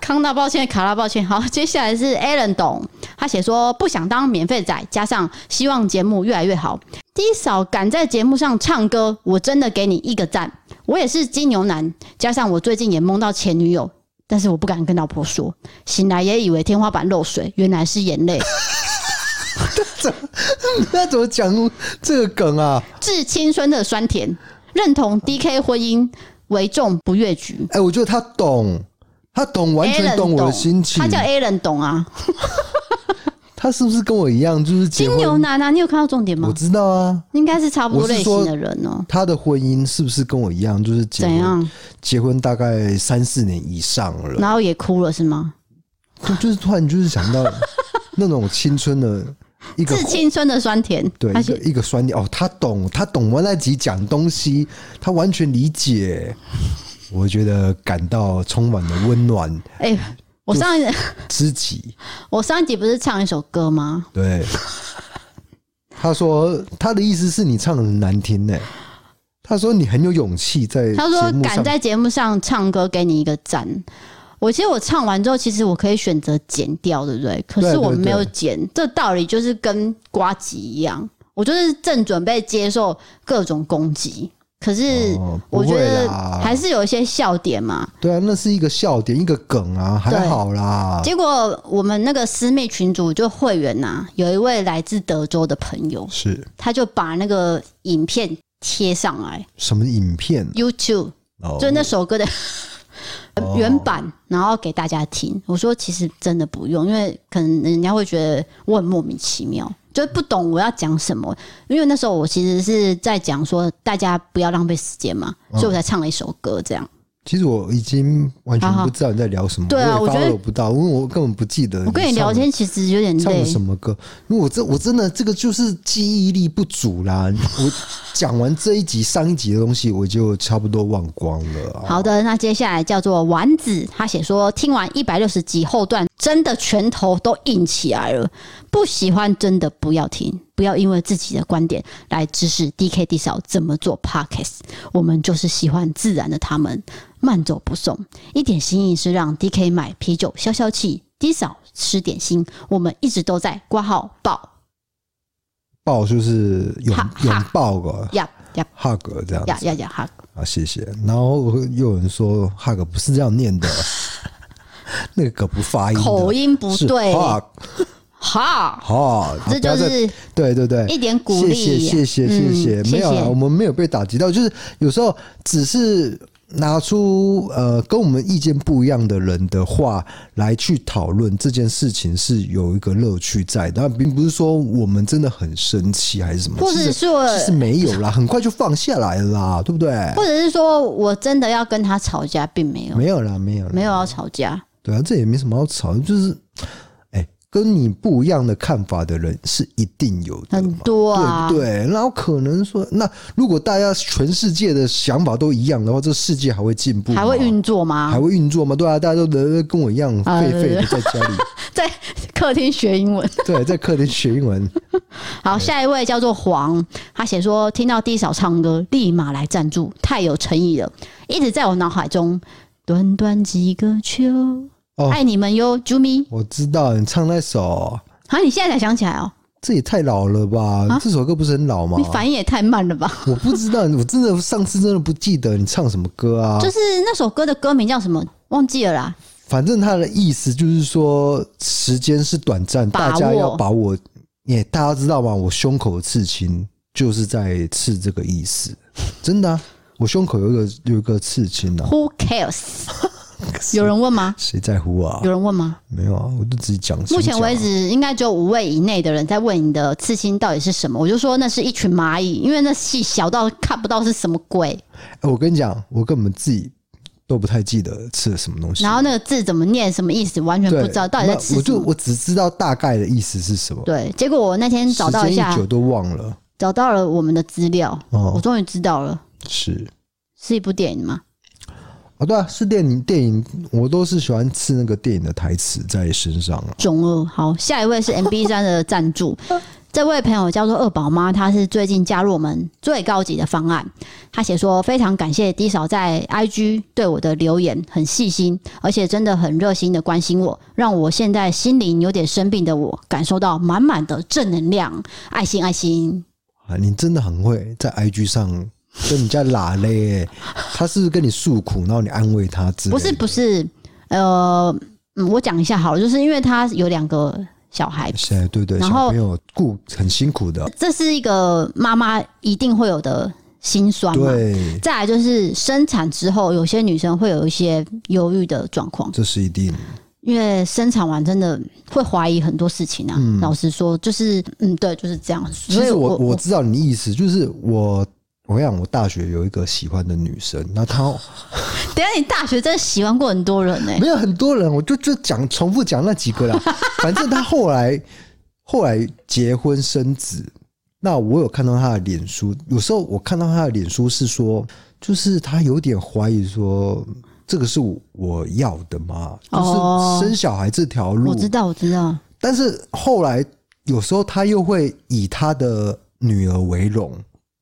Speaker 1: 康纳抱歉，卡拉抱歉。好，接下来是 Alan 董，他写说不想当免费仔，加上希望节目越来越好。第一嫂敢在节目上唱歌，我真的给你一个赞。我也是金牛男，加上我最近也梦到前女友，但是我不敢跟老婆说。醒来也以为天花板漏水，原来是眼泪。
Speaker 2: 那怎么讲这个梗啊？
Speaker 1: 致青春的酸甜，认同 DK 婚姻为重不越局。
Speaker 2: 哎、我觉得他懂，他懂，完
Speaker 1: Alan
Speaker 2: 全懂我的心情。
Speaker 1: 他叫 Alan 董啊，
Speaker 2: 他是不是跟我一样，就是结
Speaker 1: 金牛
Speaker 2: 婚？
Speaker 1: 男啊，你有看到重点
Speaker 2: 我
Speaker 1: 吗？
Speaker 2: 知道啊，
Speaker 1: 应该是差不多类
Speaker 2: 我
Speaker 1: 型
Speaker 2: 是
Speaker 1: 的
Speaker 2: 说
Speaker 1: 人哦、
Speaker 2: 他的婚姻是不是跟我一样，就是结
Speaker 1: 怎
Speaker 2: 婚
Speaker 1: 样？
Speaker 2: 结婚大概三四年以上了，
Speaker 1: 然后也哭了是吗？
Speaker 2: 就就是突然就 是想到那种青春的一个
Speaker 1: 致青春的酸甜，哎而
Speaker 2: 对一
Speaker 1: 且
Speaker 2: 个一个酸点哦，他懂，他懂我那集讲东西，他完全理解，我觉得感到充满了温暖。
Speaker 1: 哎、我上一
Speaker 2: 知己。
Speaker 1: 我上一集不是唱一首歌吗？
Speaker 2: 对，他说他的意思是你唱的很难听呢、他说你很有勇气在
Speaker 1: 他说
Speaker 2: 节目
Speaker 1: 敢
Speaker 2: 上
Speaker 1: 在节目上唱歌，给你一个赞。我其实我唱完之后，其实我可以选择剪掉，对不对？可是
Speaker 2: 对
Speaker 1: 我
Speaker 2: 对
Speaker 1: 没有
Speaker 2: 对
Speaker 1: 剪，这道理就是跟瓜吉一样，我就是正准备接受各种攻击，可是
Speaker 2: 哦不
Speaker 1: 我觉
Speaker 2: 会
Speaker 1: 得
Speaker 2: 啦
Speaker 1: 还是有一些笑点嘛。
Speaker 2: 对啊，那是一个笑点，一个梗啊，还
Speaker 1: 对
Speaker 2: 好啦。
Speaker 1: 结果我们那个私密群组就会员呐、有一位来自德州的朋友，
Speaker 2: 是
Speaker 1: 他就把那个影片贴上来
Speaker 2: 什么影片？
Speaker 1: YouTube，
Speaker 2: 嗯哦
Speaker 1: 就那首歌的 原版，然后给大家听。我说其实真的不用，因为可能人家会觉得我很莫名其妙，就不懂我要讲什么。因为那时候我其实是在讲说大家不要浪费时间嘛，
Speaker 2: 嗯
Speaker 1: 所以我才唱了一首歌这样。
Speaker 2: 其实我已经完全不知道你在聊什么，
Speaker 1: 好好对啊
Speaker 2: 我也
Speaker 1: 我觉得
Speaker 2: follow 不到，因为我根本不记得。
Speaker 1: 我跟你聊天其实有点
Speaker 2: 唱
Speaker 1: 累
Speaker 2: 的，什么歌？因为我这我真的这个就是记忆力不足啦。 我讲完这一集、上一集的东西，我就差不多忘光了啊。
Speaker 1: 好的，那接下来叫做丸子，他写说听完一百六十集后段，真的拳头都硬起来了。不喜欢真的不要听，不要因为自己的观点来指使 DK D 嫂怎么做 Podcast。我们就是喜欢自然的他们，慢走不送。一点心意是让 DK 买啤酒消消气，D 嫂吃点心。我们一直都在挂号报
Speaker 2: 抱就是拥
Speaker 1: 哈哈
Speaker 2: 拥抱个
Speaker 1: 呀呀
Speaker 2: hug 这样
Speaker 1: 呀
Speaker 2: 子
Speaker 1: 呀呀哈。
Speaker 2: 啊，谢谢。然后又有人说 hug 不是这样 念的，那个梗不发音的，
Speaker 1: 口音不
Speaker 2: 是
Speaker 1: 对
Speaker 2: hug
Speaker 1: 哈，
Speaker 2: hug，
Speaker 1: 这
Speaker 2: 不要
Speaker 1: 就
Speaker 2: 再
Speaker 1: 是
Speaker 2: 对对对，
Speaker 1: 一点鼓励
Speaker 2: 谢哎谢谢谢谢
Speaker 1: 嗯
Speaker 2: 谢，
Speaker 1: 谢
Speaker 2: 没有啦，
Speaker 1: 谢
Speaker 2: 我们没有被打击到，就是有时候只是拿出呃跟我们意见不一样的人的话来去讨论这件事情是有一个乐趣在的，但并不是说我们真的很生气还是什么，
Speaker 1: 或者
Speaker 2: 其实
Speaker 1: 说
Speaker 2: 其实没有啦，很快就放下来了啦，对不对？
Speaker 1: 或者是说我真的要跟他吵架，并没有
Speaker 2: 没有啦，没有啦，
Speaker 1: 没有要吵架，
Speaker 2: 对啊，这也没什么好吵，就是哎、跟你不一样的看法的人是一定有的
Speaker 1: 很
Speaker 2: 嘛。
Speaker 1: 多啊，
Speaker 2: 对不对？然后可能说，那如果大家全世界的想法都一样的话，这世界还会进步吗，
Speaker 1: 还会运作吗
Speaker 2: 还？会运作吗？对啊，大家都人跟我一样
Speaker 1: 啊
Speaker 2: 废废的在家 里，
Speaker 1: 在客厅学英文。
Speaker 2: 对，在客厅学英文，
Speaker 1: 好，下一位叫做黄，他写说听到 D 嫂唱歌，立马来赞助，太有诚意了，一直在我脑海中。短短几个秋，
Speaker 2: 哦
Speaker 1: 爱你们哟，Jumi。
Speaker 2: 我知道你唱那首，
Speaker 1: 啊，你现在才想起来哦，
Speaker 2: 这也太老了吧？这首歌不是很老吗
Speaker 1: 啊你？反应也太慢了吧？
Speaker 2: 我不知道，我真的上次真的不记得你唱什么歌啊？
Speaker 1: 就是那首歌的歌名叫什么？忘记了啦。
Speaker 2: 反正他的意思就是说，时间是短暂，
Speaker 1: 把
Speaker 2: 大
Speaker 1: 握
Speaker 2: 家要把握。也大家知道吗？我胸口的刺青就是在刺这个意思，真的、啊。我胸口有一个有一个刺青啊，
Speaker 1: Who cares？有人问吗？
Speaker 2: 谁在乎啊
Speaker 1: 有？人问吗？
Speaker 2: 没有啊，我就自己讲。
Speaker 1: 目前
Speaker 2: 想讲啊
Speaker 1: 为，止，应该只有五位以内的人在问你的刺青到底是什么。我就说那是一群蚂蚁，因为那细小到看不到是什么鬼，
Speaker 2: 哎我跟你讲，我根本自己都不太记得吃了什么东西。
Speaker 1: 然后那个字怎么念、什么意思，完全
Speaker 2: 对，
Speaker 1: 不知道到底在
Speaker 2: 那
Speaker 1: 吃
Speaker 2: 我
Speaker 1: 什
Speaker 2: 就
Speaker 1: 么。
Speaker 2: 我只知道大概的意思是什么。
Speaker 1: 对，结果我那天找到一
Speaker 2: 时间
Speaker 1: 下
Speaker 2: 久，都忘了。
Speaker 1: 找到了我们的资料，
Speaker 2: 哦
Speaker 1: 我终于知道了，
Speaker 2: 是
Speaker 1: 是一部电影嘛？
Speaker 2: 哦，对啊，是电影电影，我都是喜欢刺那个电影的台词在身上啊。
Speaker 1: 中二。好，下一位是 MB 三的赞助，这位朋友叫做二宝妈，她是最近加入我们最高级的方案。她写说非常感谢 D 嫂在 IG 对我的留言，很细心，而且真的很热心的关心我，让我现在心灵有点生病的我感受到满满的正能量，爱心爱心。
Speaker 2: 啊，你真的很会在 IG 上跟人家拉嘞、他是不是跟你诉苦，然后你安慰他之类
Speaker 1: 不是
Speaker 2: 的
Speaker 1: 不是，呃，嗯我讲一下好了，就是因为他有两个小孩，
Speaker 2: 现在对对，
Speaker 1: 然
Speaker 2: 小
Speaker 1: 后
Speaker 2: 朋友顾很辛苦的，
Speaker 1: 这是一个妈妈一定会有的心酸嘛。
Speaker 2: 对，
Speaker 1: 再来就是生产之后，有些女生会有一些忧郁的状况，
Speaker 2: 这是一定。
Speaker 1: 因为生产完真的会怀疑很多事情啊。老实说，就是嗯，对，就是这样。
Speaker 2: 嗯其
Speaker 1: 所以
Speaker 2: 实我
Speaker 1: 我
Speaker 2: 我知道你的意思，就是我我想我大学有一个喜欢的女生，那她
Speaker 1: 等一下你大学真的喜欢过很多人呢、欸
Speaker 2: 没有很多人，我就就讲重复讲那几个 啦。反正她后来后来结婚生子，那我有看到她的脸书，有时候我看到她的脸书是说，就是她有点怀疑说，这个是我我要的吗？
Speaker 1: 哦
Speaker 2: 就是生小孩这条路，
Speaker 1: 我知道，我知道，
Speaker 2: 但是后来有时候她又会以她的女儿为荣，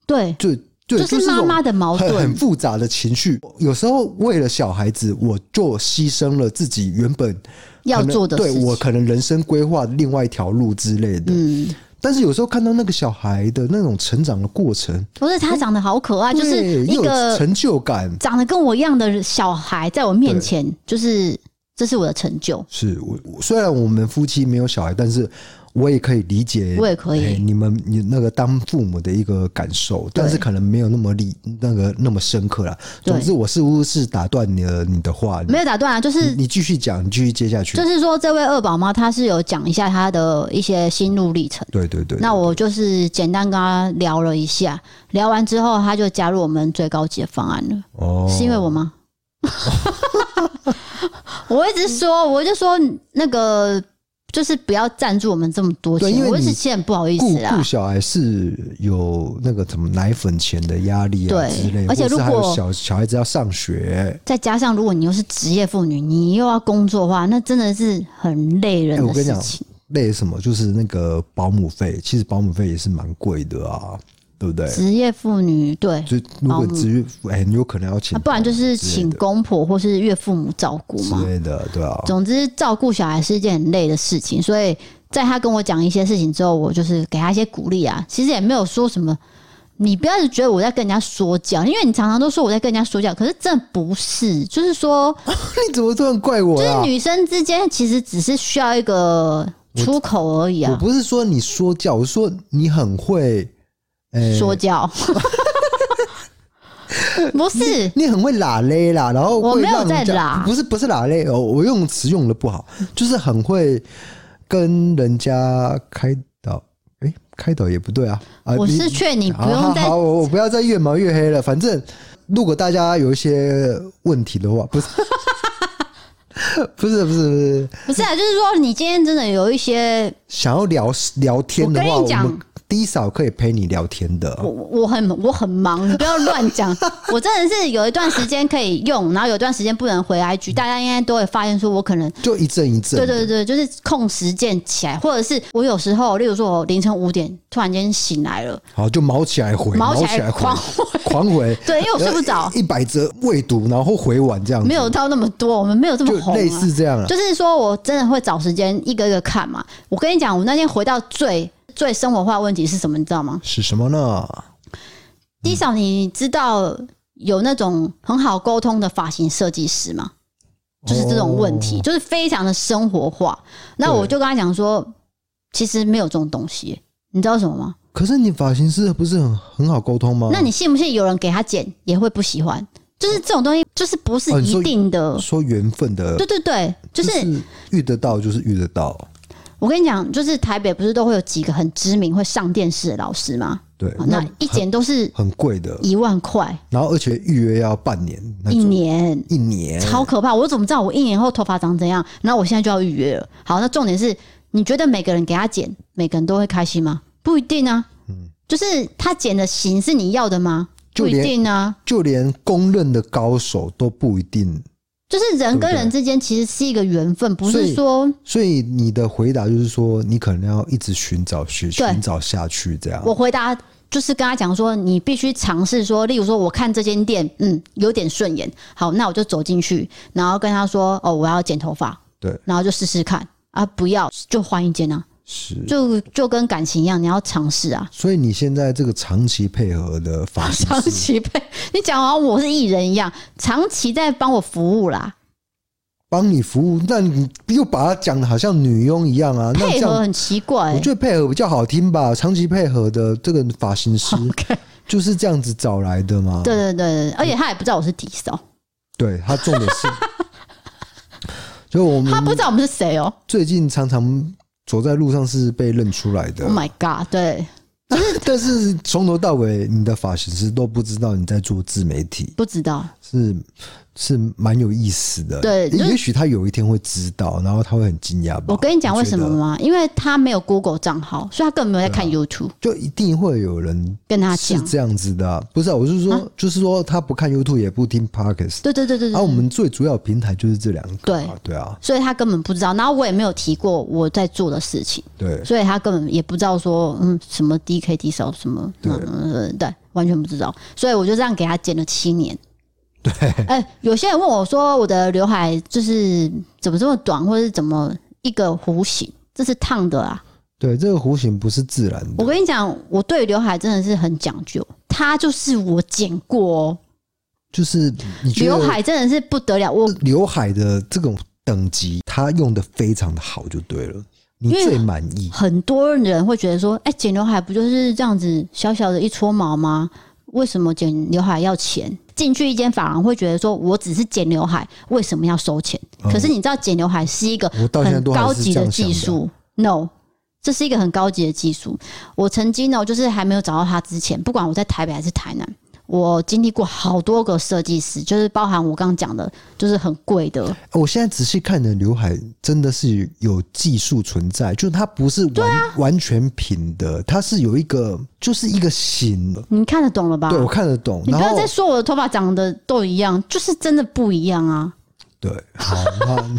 Speaker 1: 对，
Speaker 2: 就就
Speaker 1: 就是
Speaker 2: 这
Speaker 1: 妈
Speaker 2: 种
Speaker 1: 妈的矛
Speaker 2: 很很
Speaker 1: 盾。
Speaker 2: 复杂的情绪，有时候为了小孩子，我就牺牲了自己原本可能
Speaker 1: 要做的
Speaker 2: 对
Speaker 1: 事情
Speaker 2: 我可能人生规划另外一条路之类的。
Speaker 1: 嗯，
Speaker 2: 但是有时候看到那个小孩的那种成长的过程，
Speaker 1: 不是他长得好可爱，啊就是
Speaker 2: 对
Speaker 1: 一
Speaker 2: 又有
Speaker 1: 个
Speaker 2: 成就感。
Speaker 1: 长得跟我一样的小孩在我面前，就是这是我的成就。
Speaker 2: 是我我虽然我们夫妻没有小孩，但是我也可以理解，
Speaker 1: 我也可以
Speaker 2: 哎你们你那个当父母的一个感受，但是可能没有那么理那个那么深刻啦。
Speaker 1: 对
Speaker 2: 总之，我似乎是打断你的你的话，
Speaker 1: 没有打断啊，就是
Speaker 2: 你你继续讲，你继续接下去。
Speaker 1: 就是说，这位二宝妈她是有讲一下她的一些心路历程。
Speaker 2: 对对对，
Speaker 1: 那我就是简单跟她聊了一下，聊完之后，她就加入我们最高级的方案了。
Speaker 2: 哦，
Speaker 1: 是因为我吗？ 我一直说，我就说那个就是不要赞助我们这么多
Speaker 2: 对因
Speaker 1: 钱，
Speaker 2: 为
Speaker 1: 我一
Speaker 2: 你
Speaker 1: 直其实很不好意
Speaker 2: 顾
Speaker 1: 思啊啦
Speaker 2: 顾。小孩是有那个什么奶粉钱的压力啊
Speaker 1: 对
Speaker 2: 之类，
Speaker 1: 而且
Speaker 2: 或是
Speaker 1: 如
Speaker 2: 还有
Speaker 1: 果
Speaker 2: 小小孩子要上学，
Speaker 1: 再加上，如果你又是职业妇女，你又要工作的话，那真的是很累人
Speaker 2: 哎
Speaker 1: 的
Speaker 2: 我跟你
Speaker 1: 事
Speaker 2: 讲
Speaker 1: 情。
Speaker 2: 累什么？就是那个保姆费，其实保姆费也是蛮贵的啊，对不对？
Speaker 1: 职业妇女对，
Speaker 2: 就如果只约，哎、你有可能要请
Speaker 1: 啊
Speaker 2: 保姆之类的、
Speaker 1: 不然就是请公婆或是岳父母照顾嘛
Speaker 2: 之。类的，对啊。
Speaker 1: 总之，照顾小孩是一件很累的事情，所以在他跟我讲一些事情之后，我就是给他一些鼓励啊。其实也没有说什么，你不要是觉得我在跟人家说教，因为你常常都说我在跟人家说教，可是真的不是，就是说，
Speaker 2: 你怎么突然怪我
Speaker 1: 就是
Speaker 2: 啊？
Speaker 1: 女生之间其实只是需要一个出口而已
Speaker 2: 我
Speaker 1: 啊。
Speaker 2: 不是说你说教，我说你很会，呃
Speaker 1: 说 教，不是
Speaker 2: 你很会拉勒啦，然后
Speaker 1: 我
Speaker 2: 会
Speaker 1: 没有
Speaker 2: 让人
Speaker 1: 在
Speaker 2: 家
Speaker 1: 拉
Speaker 2: 不是不是拉勒，哦，我用词用的不好，就是很会跟人家开导，哎、开导也不对啊，啊，
Speaker 1: 我
Speaker 2: 你啊
Speaker 1: 是劝你不用再
Speaker 2: 好好好，我我不要再越描越黑了。反正如果大家有一些问题的话，不是， 不是，不是，不是，
Speaker 1: 不是啊，就是说你今天真的有一些，
Speaker 2: 想要聊聊天的话，
Speaker 1: 我跟你
Speaker 2: 我
Speaker 1: 讲
Speaker 2: 们低嫂可以陪你聊天的
Speaker 1: 我。我很我很忙，你不要乱讲。我真的是有一段时间可以用，然后有一段时间不能回 IG，大家应该都会发现说我可能。
Speaker 2: 就一阵一阵
Speaker 1: 对
Speaker 2: 的，
Speaker 1: 对对，就是空时间起来，或者是我有时候，例如说我凌晨五点突然间醒来了，
Speaker 2: 好就毛起来回，
Speaker 1: 毛
Speaker 2: 毛
Speaker 1: 起来
Speaker 2: 来
Speaker 1: 狂
Speaker 2: 回，狂回，
Speaker 1: 对，因为我睡不着，
Speaker 2: 一百折未读，然后回完这样子，
Speaker 1: 没有到那么多，我们没有这么
Speaker 2: 就
Speaker 1: 红、啊，
Speaker 2: 类似这样了。
Speaker 1: 就是说我真的会找时间一个一个看嘛。我跟你讲，我那天回到最最生活化的问题是什么，你知道吗？
Speaker 2: 是什么呢？
Speaker 1: 低嫂，你知道有那种很好沟通的发型设计师吗？就是这种问题，
Speaker 2: 哦
Speaker 1: 就是非常的生活化。那
Speaker 2: 对
Speaker 1: 我就跟他讲说，其实没有这种东西，你知道什么吗？
Speaker 2: 可是你发型师不是很很好沟通吗？
Speaker 1: 那你信不信有人给他剪也会不喜欢？就是这种东西，就是不是
Speaker 2: 哦你说
Speaker 1: 一定的。
Speaker 2: 说缘分的
Speaker 1: 对对对，就是
Speaker 2: 遇得到就是遇得到，
Speaker 1: 我跟你讲，就是台北不是都会有几个很知名会上电视的老师吗？
Speaker 2: 对，
Speaker 1: 哦那一剪都是
Speaker 2: 很贵的，
Speaker 1: 一万块
Speaker 2: 然后而且预约要半年，那
Speaker 1: 一
Speaker 2: 种
Speaker 1: 年，
Speaker 2: 一年，
Speaker 1: 超可怕！我怎么知道我一年后头发长怎样？然后我现在就要预约了。好，那重点是，你觉得每个人给他剪，每个人都会开心吗？不一定啊。就是他剪的型是你要的吗？
Speaker 2: 嗯就
Speaker 1: 不一
Speaker 2: 连
Speaker 1: 定啊。
Speaker 2: 就连公认的高手都不一定。
Speaker 1: 就是人跟
Speaker 2: 对不对
Speaker 1: 人之间其实是一个缘分，不
Speaker 2: 所
Speaker 1: 是
Speaker 2: 以嗯
Speaker 1: 说
Speaker 2: 所以你的回答就是说，你可能要一直寻找去
Speaker 1: 对
Speaker 2: 寻找下去，这样
Speaker 1: 我回答就是跟他讲说，你必须尝试说，例如说，我看这间店，嗯，有点顺眼，好，那我就走进去，然后跟他说，哦，我要剪头发，
Speaker 2: 对，
Speaker 1: 然后就试试看啊，不要就换一间啊，
Speaker 2: 是。
Speaker 1: 就就跟感情一样，你要尝试啊。
Speaker 2: 所以你现在这个长期配合的发 型
Speaker 1: 长
Speaker 2: 师，
Speaker 1: 期被你讲好像我是艺人一样，长期在帮我服务啦，
Speaker 2: 帮你服务，那你又把它讲的好像女佣一样啊？那这
Speaker 1: 配合欸
Speaker 2: 样
Speaker 1: 很奇怪、
Speaker 2: 我觉得配合比较好听吧。长期配合的这个发型师
Speaker 1: OK
Speaker 2: 就是这样子找来的嘛？
Speaker 1: 对对对对，而且他也不知道我是迪嫂，
Speaker 2: 对他重点 是，就我
Speaker 1: 他不
Speaker 2: 们
Speaker 1: 知道我们是谁哦、
Speaker 2: 最近常常走在路上是被认出来的
Speaker 1: Oh，my god！对，
Speaker 2: 但是从头到尾你的发型师都不知道你在做自媒体，
Speaker 1: 不知道，
Speaker 2: 是啊是蛮有意思的。
Speaker 1: 对就是
Speaker 2: 也许他有一天会知道，然后他会很惊讶吧。
Speaker 1: 我跟你讲为什么
Speaker 2: 我觉得？
Speaker 1: 吗？因为他没有 Google 账号，所以他根本没有在看 YouTube。
Speaker 2: 就一定会有人
Speaker 1: 跟他
Speaker 2: 啊是
Speaker 1: 讲，
Speaker 2: 这样子的啊、不是、啊？我是说，就是说他不看 YouTube 也不听 Podcast，
Speaker 1: 对对对对
Speaker 2: 而、啊、
Speaker 1: 对，
Speaker 2: 我们最主要平台就是这两个、啊。对啊，
Speaker 1: 所以他根本不知道。然后我也没有提过我在做的事情，
Speaker 2: 对。
Speaker 1: 所以他根本也不知道说嗯什么 DK D 少什么，嗯嗯嗯对，完全不知道。所以我就这样给他剪了七年。对， 哎、有些人问我说我的刘海就是怎么这么短，或者是怎么一个弧形，这是烫的啊。
Speaker 2: 对，这个弧形不是自然
Speaker 1: 我
Speaker 2: 的，
Speaker 1: 跟你讲，我对于刘海真的是很讲究，它就是我剪过哦，
Speaker 2: 就是你觉得
Speaker 1: 刘海真的是不得了。我
Speaker 2: 刘海的这种等级，它用的非常的好就对了，你
Speaker 1: 因为
Speaker 2: 最满意。
Speaker 1: 很多人会觉得说，哎、剪刘海不就是这样子小小的一撮毛吗？为什么剪刘海要钱？进去一间发廊会觉得说，我只是剪刘海，为什么要收钱？可是你知道剪刘海是一个
Speaker 2: 哦我到现在
Speaker 1: 很
Speaker 2: 都还
Speaker 1: 高
Speaker 2: 是
Speaker 1: 级
Speaker 2: 这
Speaker 1: 的
Speaker 2: 样想
Speaker 1: 技术，no，这是一个很高级的技术。我曾经呢，就是还没有找到它之前，不管我在台北还是台南，我经历过好多个设计师，就是包含我刚刚讲的，就是很贵的，
Speaker 2: 我现在仔细看你的刘海，真的是有技术存在，就是它不是完、
Speaker 1: 啊
Speaker 2: 完全平的，它是有一个就是一个型的。
Speaker 1: 你看得懂了吧？
Speaker 2: 对，我看得懂。
Speaker 1: 啊你
Speaker 2: 然
Speaker 1: 不要
Speaker 2: 后
Speaker 1: 再说我的头发长得都一样，就是真的不一样啊！
Speaker 2: 对，好，那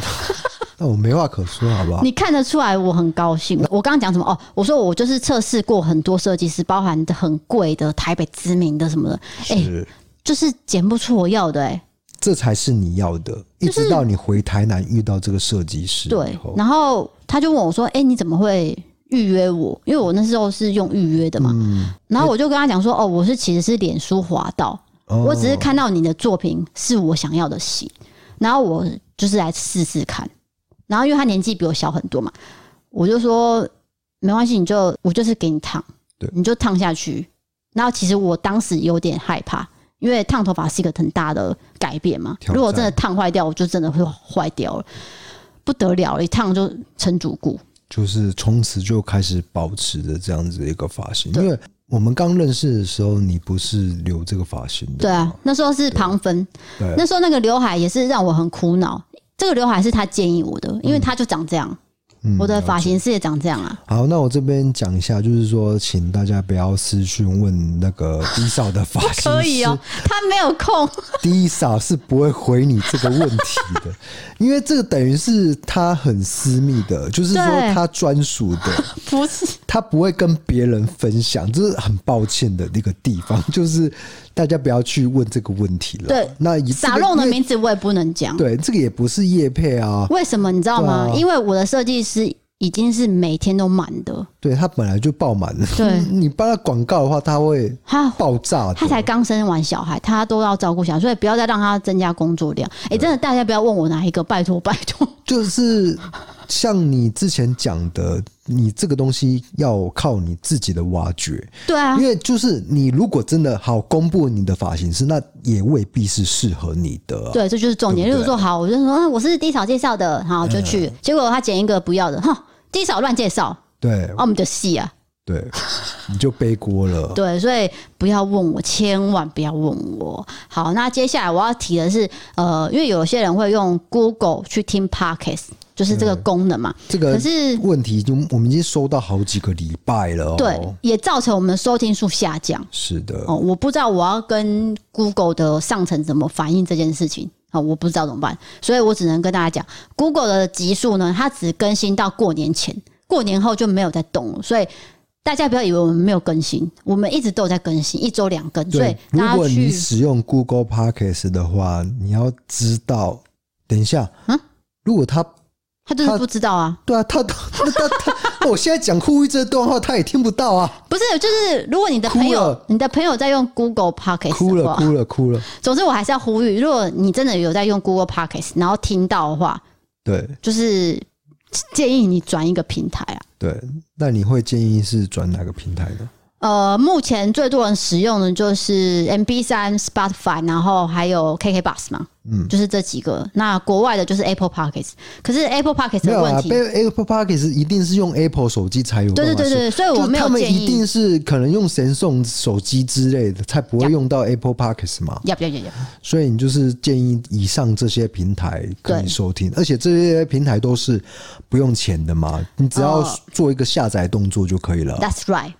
Speaker 2: 那我没话可说，好不好？
Speaker 1: 你看得出来，我很高兴。我刚刚讲什么？哦，我说我就是测试过很多设计师，包含很贵的台北知名的什么的，哎、
Speaker 2: 是，
Speaker 1: 就是剪不出我要的、哎，
Speaker 2: 这才是你要的。一直到你回台南遇到这个设计师，
Speaker 1: 对。然后他就问我说：“哎、你怎么会预约我？因为我那时候是用预约的
Speaker 2: 嗯
Speaker 1: 嘛。然后我就跟他讲说：“哦，我是其实是脸书滑到，
Speaker 2: 哦
Speaker 1: 我只是看到你的作品是我想要的戏，然后我就是来试试看。然后因为他年纪比我小很多嘛，我就说没关系，你就我就是给你烫
Speaker 2: 对，
Speaker 1: 你就烫下去。然后其实我当时有点害怕，因为烫头发是一个很大的改变嘛。
Speaker 2: 挑战
Speaker 1: 如果真的烫坏掉，我就真的会坏掉了，不得了了，一烫就成主顾。
Speaker 2: 就是从此就开始保持着这样子一个发型，
Speaker 1: 对
Speaker 2: 因为我们刚认识的时候，你不是留这个发型的，
Speaker 1: 对啊，，那时候是旁分，
Speaker 2: 对
Speaker 1: 那时候那个刘海也是让我很苦恼。这个刘海是他建议我的，因为他就长这样，
Speaker 2: 嗯
Speaker 1: 我的发型师也长这样啊。
Speaker 2: 好，那我这边讲一下，就是说，请大家不要私讯问那个低少的发型师，
Speaker 1: 可以哦，他没有空，
Speaker 2: 低少是不会回你这个问题的，因为这个等于是他很私密的，就是说
Speaker 1: 对
Speaker 2: 他专 属的，
Speaker 1: 不是
Speaker 2: 他 不会跟别人分享，这是很抱歉的那个地方，就是大家不要去问这个问题了。
Speaker 1: 对
Speaker 2: 那以这
Speaker 1: 傻
Speaker 2: 个
Speaker 1: 弄的
Speaker 2: 因为
Speaker 1: 名字我也不能讲。
Speaker 2: 对，这个也不是叶配啊，
Speaker 1: 为什么你知道吗？
Speaker 2: 对啊
Speaker 1: 因为我的设计师已经是每天都满的，
Speaker 2: 对他本来就爆满了，
Speaker 1: 对
Speaker 2: 你帮他广告的话，他会
Speaker 1: 他
Speaker 2: 爆炸的。
Speaker 1: 他才刚生完小孩，他都要照顾小孩，所以不要再让他增加工作量。哎、真的，大家不要问我哪一个，拜托拜托。
Speaker 2: 就是像你之前讲的，你这个东西要靠你自己的挖掘，
Speaker 1: 对啊
Speaker 2: 因，为就是你如果真的好公布你的发型师，那也未必是适合你的、啊。，
Speaker 1: 对，这就是重点。
Speaker 2: 对嗯
Speaker 1: 例
Speaker 2: 不对
Speaker 1: 如说，好，我就说、啊、我是低嫂介绍的，好就去，结果他捡一个不要的，哼，低嫂乱介绍，
Speaker 2: 对
Speaker 1: 啊，，我们的戏啊。
Speaker 2: 对，你就背锅了。
Speaker 1: 对，所以不要问我，千万不要问我。好，那接下来我要提的是，呃，因为有些人会用 Google 去听 Podcast，就是
Speaker 2: 嗯
Speaker 1: 这个功能嘛。
Speaker 2: 这个
Speaker 1: 可是
Speaker 2: 问题就我们已经收到好几个礼拜了、哦。
Speaker 1: 对，也造成我们的收听数下降。
Speaker 2: 是的，
Speaker 1: 哦，我不知道我要跟 Google 的上层怎么反映这件事情。啊、我不知道怎么办，所以我只能跟大家讲，Google 的集数呢，它只更新到过年前，过年后就没有再动了。所以大家不要以为我们没有更新，我们一直都有在更新，一周两更。所以
Speaker 2: 对，如
Speaker 1: 大家
Speaker 2: 果
Speaker 1: 去
Speaker 2: 你使用 Google Podcast 的话，你要知道，等一下，
Speaker 1: 嗯
Speaker 2: 如果他
Speaker 1: 他就是
Speaker 2: 他
Speaker 1: 不知道啊，
Speaker 2: 对啊，他他他他， 我现在讲呼吁这段话，他也听不到啊，
Speaker 1: 不是，就是如果你的朋
Speaker 2: 哭
Speaker 1: 友
Speaker 2: 了，
Speaker 1: 你的朋友在用 Google Podcast
Speaker 2: 哭
Speaker 1: 的
Speaker 2: 了
Speaker 1: 话，
Speaker 2: 哭了哭了，
Speaker 1: 总之我还是要呼吁，如果你真的有在用 Google Podcast，然后听到的话，
Speaker 2: 对
Speaker 1: 就是建议你转一个平台啊。
Speaker 2: 对，那你会建议是转哪个平台呢？
Speaker 1: 呃，目前最多人使用的就是 MB 三、Spotify，然后还有 KK Bus 嘛，嗯，就是这几个。那国外的就是 Apple Podcast，可是 Apple Podcast 的
Speaker 2: 没有啊
Speaker 1: 问题，
Speaker 2: 被，Apple Podcast 一定是用 Apple 手机才有办
Speaker 1: 对
Speaker 2: 法
Speaker 1: 对
Speaker 2: 使用，
Speaker 1: 对对，所以我
Speaker 2: 就
Speaker 1: 没
Speaker 2: 他
Speaker 1: 有
Speaker 2: 们
Speaker 1: 建
Speaker 2: 一
Speaker 1: 议
Speaker 2: 定。是可能用神送手机之类的，才不会用到 Apple Podcast 嘛。
Speaker 1: 要不要要不要？
Speaker 2: 所以你就是建议以上这些平台可以
Speaker 1: 对
Speaker 2: 收听，而且这些平台都是不用钱的嘛，你只要
Speaker 1: 哦
Speaker 2: 做一个下载动作就可以了。
Speaker 1: That's right。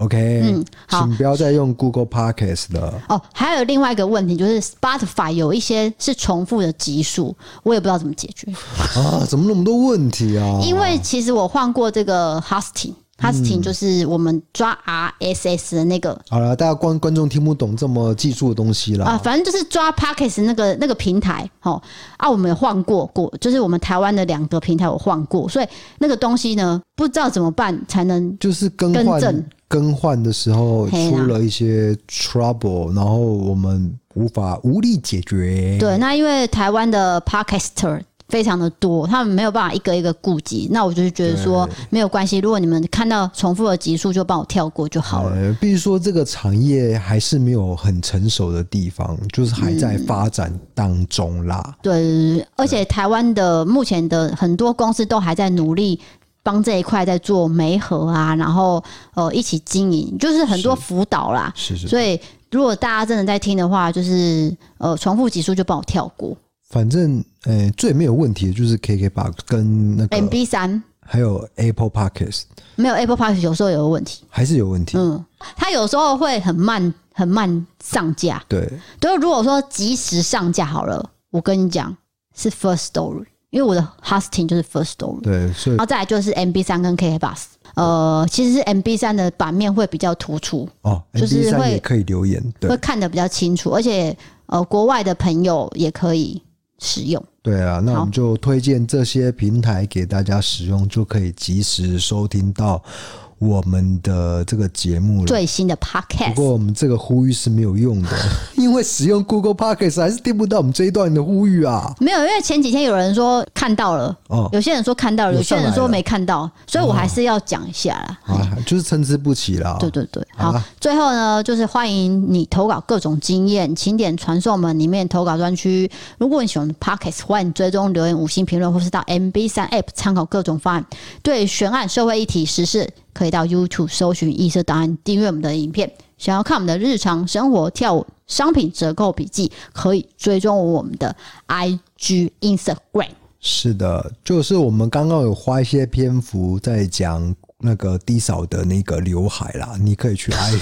Speaker 2: OK，
Speaker 1: 嗯好
Speaker 2: 请不要再用 Google Podcast 了。
Speaker 1: 哦，还有另外一个问题就是 Spotify 有一些是重复的集数，我也不知
Speaker 2: 哦
Speaker 1: 道怎么解决。
Speaker 2: 啊，怎么那么多问题啊？
Speaker 1: 因为其实我换过这个 hosting，它
Speaker 2: 嗯
Speaker 1: 请就是我们抓 RSS 的那个
Speaker 2: 好了，大家观观众听不懂这么技术的东西啦。
Speaker 1: 啊、反正就是抓 Pockets 那个那个平台，哦，啊，我们有换过过，就是我们台湾的两个平台有换过，所以那个东西呢，不知道怎么办才能
Speaker 2: 就是更
Speaker 1: 更
Speaker 2: 换
Speaker 1: 正
Speaker 2: 更换的时候
Speaker 1: 嘿啦
Speaker 2: 出了一些 trouble，然后我们无法无力解决。
Speaker 1: 对。那因为台湾的 Podcaster 非常的多，他们没有办法一个一个顾及，那我就是觉得说没有关系，如果你们看到重复的集数，就帮我跳过就好了。
Speaker 2: 呃，必须说这个产业还是没有很成熟的地方，就是还在发展当中啦。
Speaker 1: 对对对，而且台湾的目前的很多公司都还在努力。帮这一块在做媒合啊，然后呃一起经营，就是很多辅导啦。
Speaker 2: 是是，
Speaker 1: 所以如果大家真的在听的话，就是呃重复几数就帮我跳过。
Speaker 2: 反正呃最没有问题的就是 KK 吧跟那个
Speaker 1: M B 三
Speaker 2: 还有 Apple Podcast
Speaker 1: 没有 Apple Park 有时候有问题，
Speaker 2: 还是有问题。
Speaker 1: 嗯，它有时候会很慢很慢上架。
Speaker 2: 对，
Speaker 1: 就是如果说及时上架好了，我跟你讲是 First Story，因为我的 hosting 就是 First Story。
Speaker 2: 对，所以
Speaker 1: 然后再来就是 M B 三跟 K K Bus，呃，其实是 M B 三的版面会比较突出，
Speaker 2: 哦
Speaker 1: 就
Speaker 2: ，M
Speaker 1: 是
Speaker 2: B 三
Speaker 1: 会
Speaker 2: 也可以留言，对
Speaker 1: 会看得比较清楚，而且呃，国外的朋友也可以使用。
Speaker 2: 对啊，那
Speaker 1: 好
Speaker 2: 我们就推荐这些平台给大家使用，就可以及时收听到我们的这个节目了。
Speaker 1: 最新的
Speaker 2: 不
Speaker 1: Podcast，
Speaker 2: 过我们这个呼吁是没有 用的，因为使用 Google Podcast 还是听不到我们这一段的呼吁啊。
Speaker 1: 没有，因为前几天有人说看到了，
Speaker 2: 哦，
Speaker 1: 有些人说看到了，
Speaker 2: 有
Speaker 1: 有些
Speaker 2: 上来
Speaker 1: 人说
Speaker 2: 了
Speaker 1: 没看到，所以我还是要讲一下啦。
Speaker 2: 啊，就是参差不齐啦。
Speaker 1: 对对对，
Speaker 2: 好
Speaker 1: 好，
Speaker 2: 啦
Speaker 1: 最后呢，就是欢迎你投稿各种经验，请点传送门里面投稿专区。如果你喜欢 Podcast，欢迎追踪留言、五星评论，或是到 MB 三 App 参考各种方案。对悬案、社会议题、时事，可以到 YouTube 搜寻“异色档案”，订阅我们的影片。想要看我们的日常生活、跳舞、商品折扣笔记，可以追踪我们的 IG、Instagram。
Speaker 2: 是的，就是我们刚刚有花一些篇幅在讲那个低扫的那个刘海啦，你可以去 I，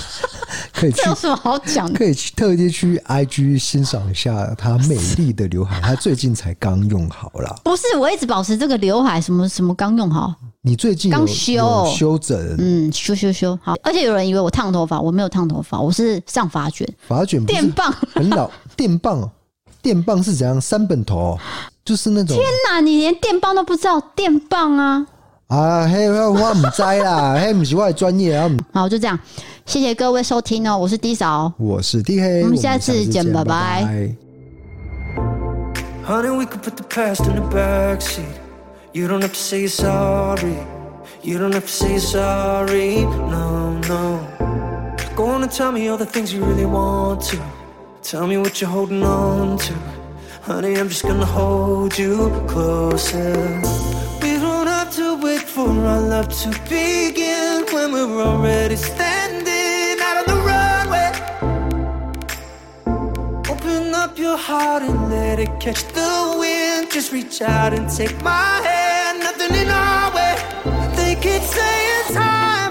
Speaker 2: 可以去
Speaker 1: 这有什么好讲的？
Speaker 2: 可以去特地去 IG 欣赏一下她美丽的刘海，她最近才刚用好啦。
Speaker 1: 不是，我一直保持这个刘海，什么什么刚用好，
Speaker 2: 你最近有
Speaker 1: 刚修
Speaker 2: 有修整
Speaker 1: 嗯，修修修好。而且有人以为我烫头发，我没有烫头发，我是上发卷
Speaker 2: 发卷不
Speaker 1: 电
Speaker 2: 是
Speaker 1: 棒。
Speaker 2: 很老电棒哦，电棒是怎样三本头哦，就是那种
Speaker 1: 那你连电棒都不知道，电棒啊！
Speaker 2: 啊，嘿，我我唔知啦，嘿，不是我的专业啊，
Speaker 1: 好，就这样，谢谢各位收听哦，我是 D 嫂。
Speaker 2: 我是 D K，
Speaker 1: 我们下次见拜拜
Speaker 2: 拜
Speaker 3: Honey, we could put the past in the backseat. You don't have to say you're sorry. You don't have to say you're sorry. No, no. Go on and tell me all the things you really want to. Tell me what you're holding on to. Honey, I'm just gonna hold you closer. We don't have to wait for our love to begin when we're already standing out on the runway. Open up your heart and let it catch the wind. Just reach out and take my hand. Nothing in our way. They keep saying time. Oh,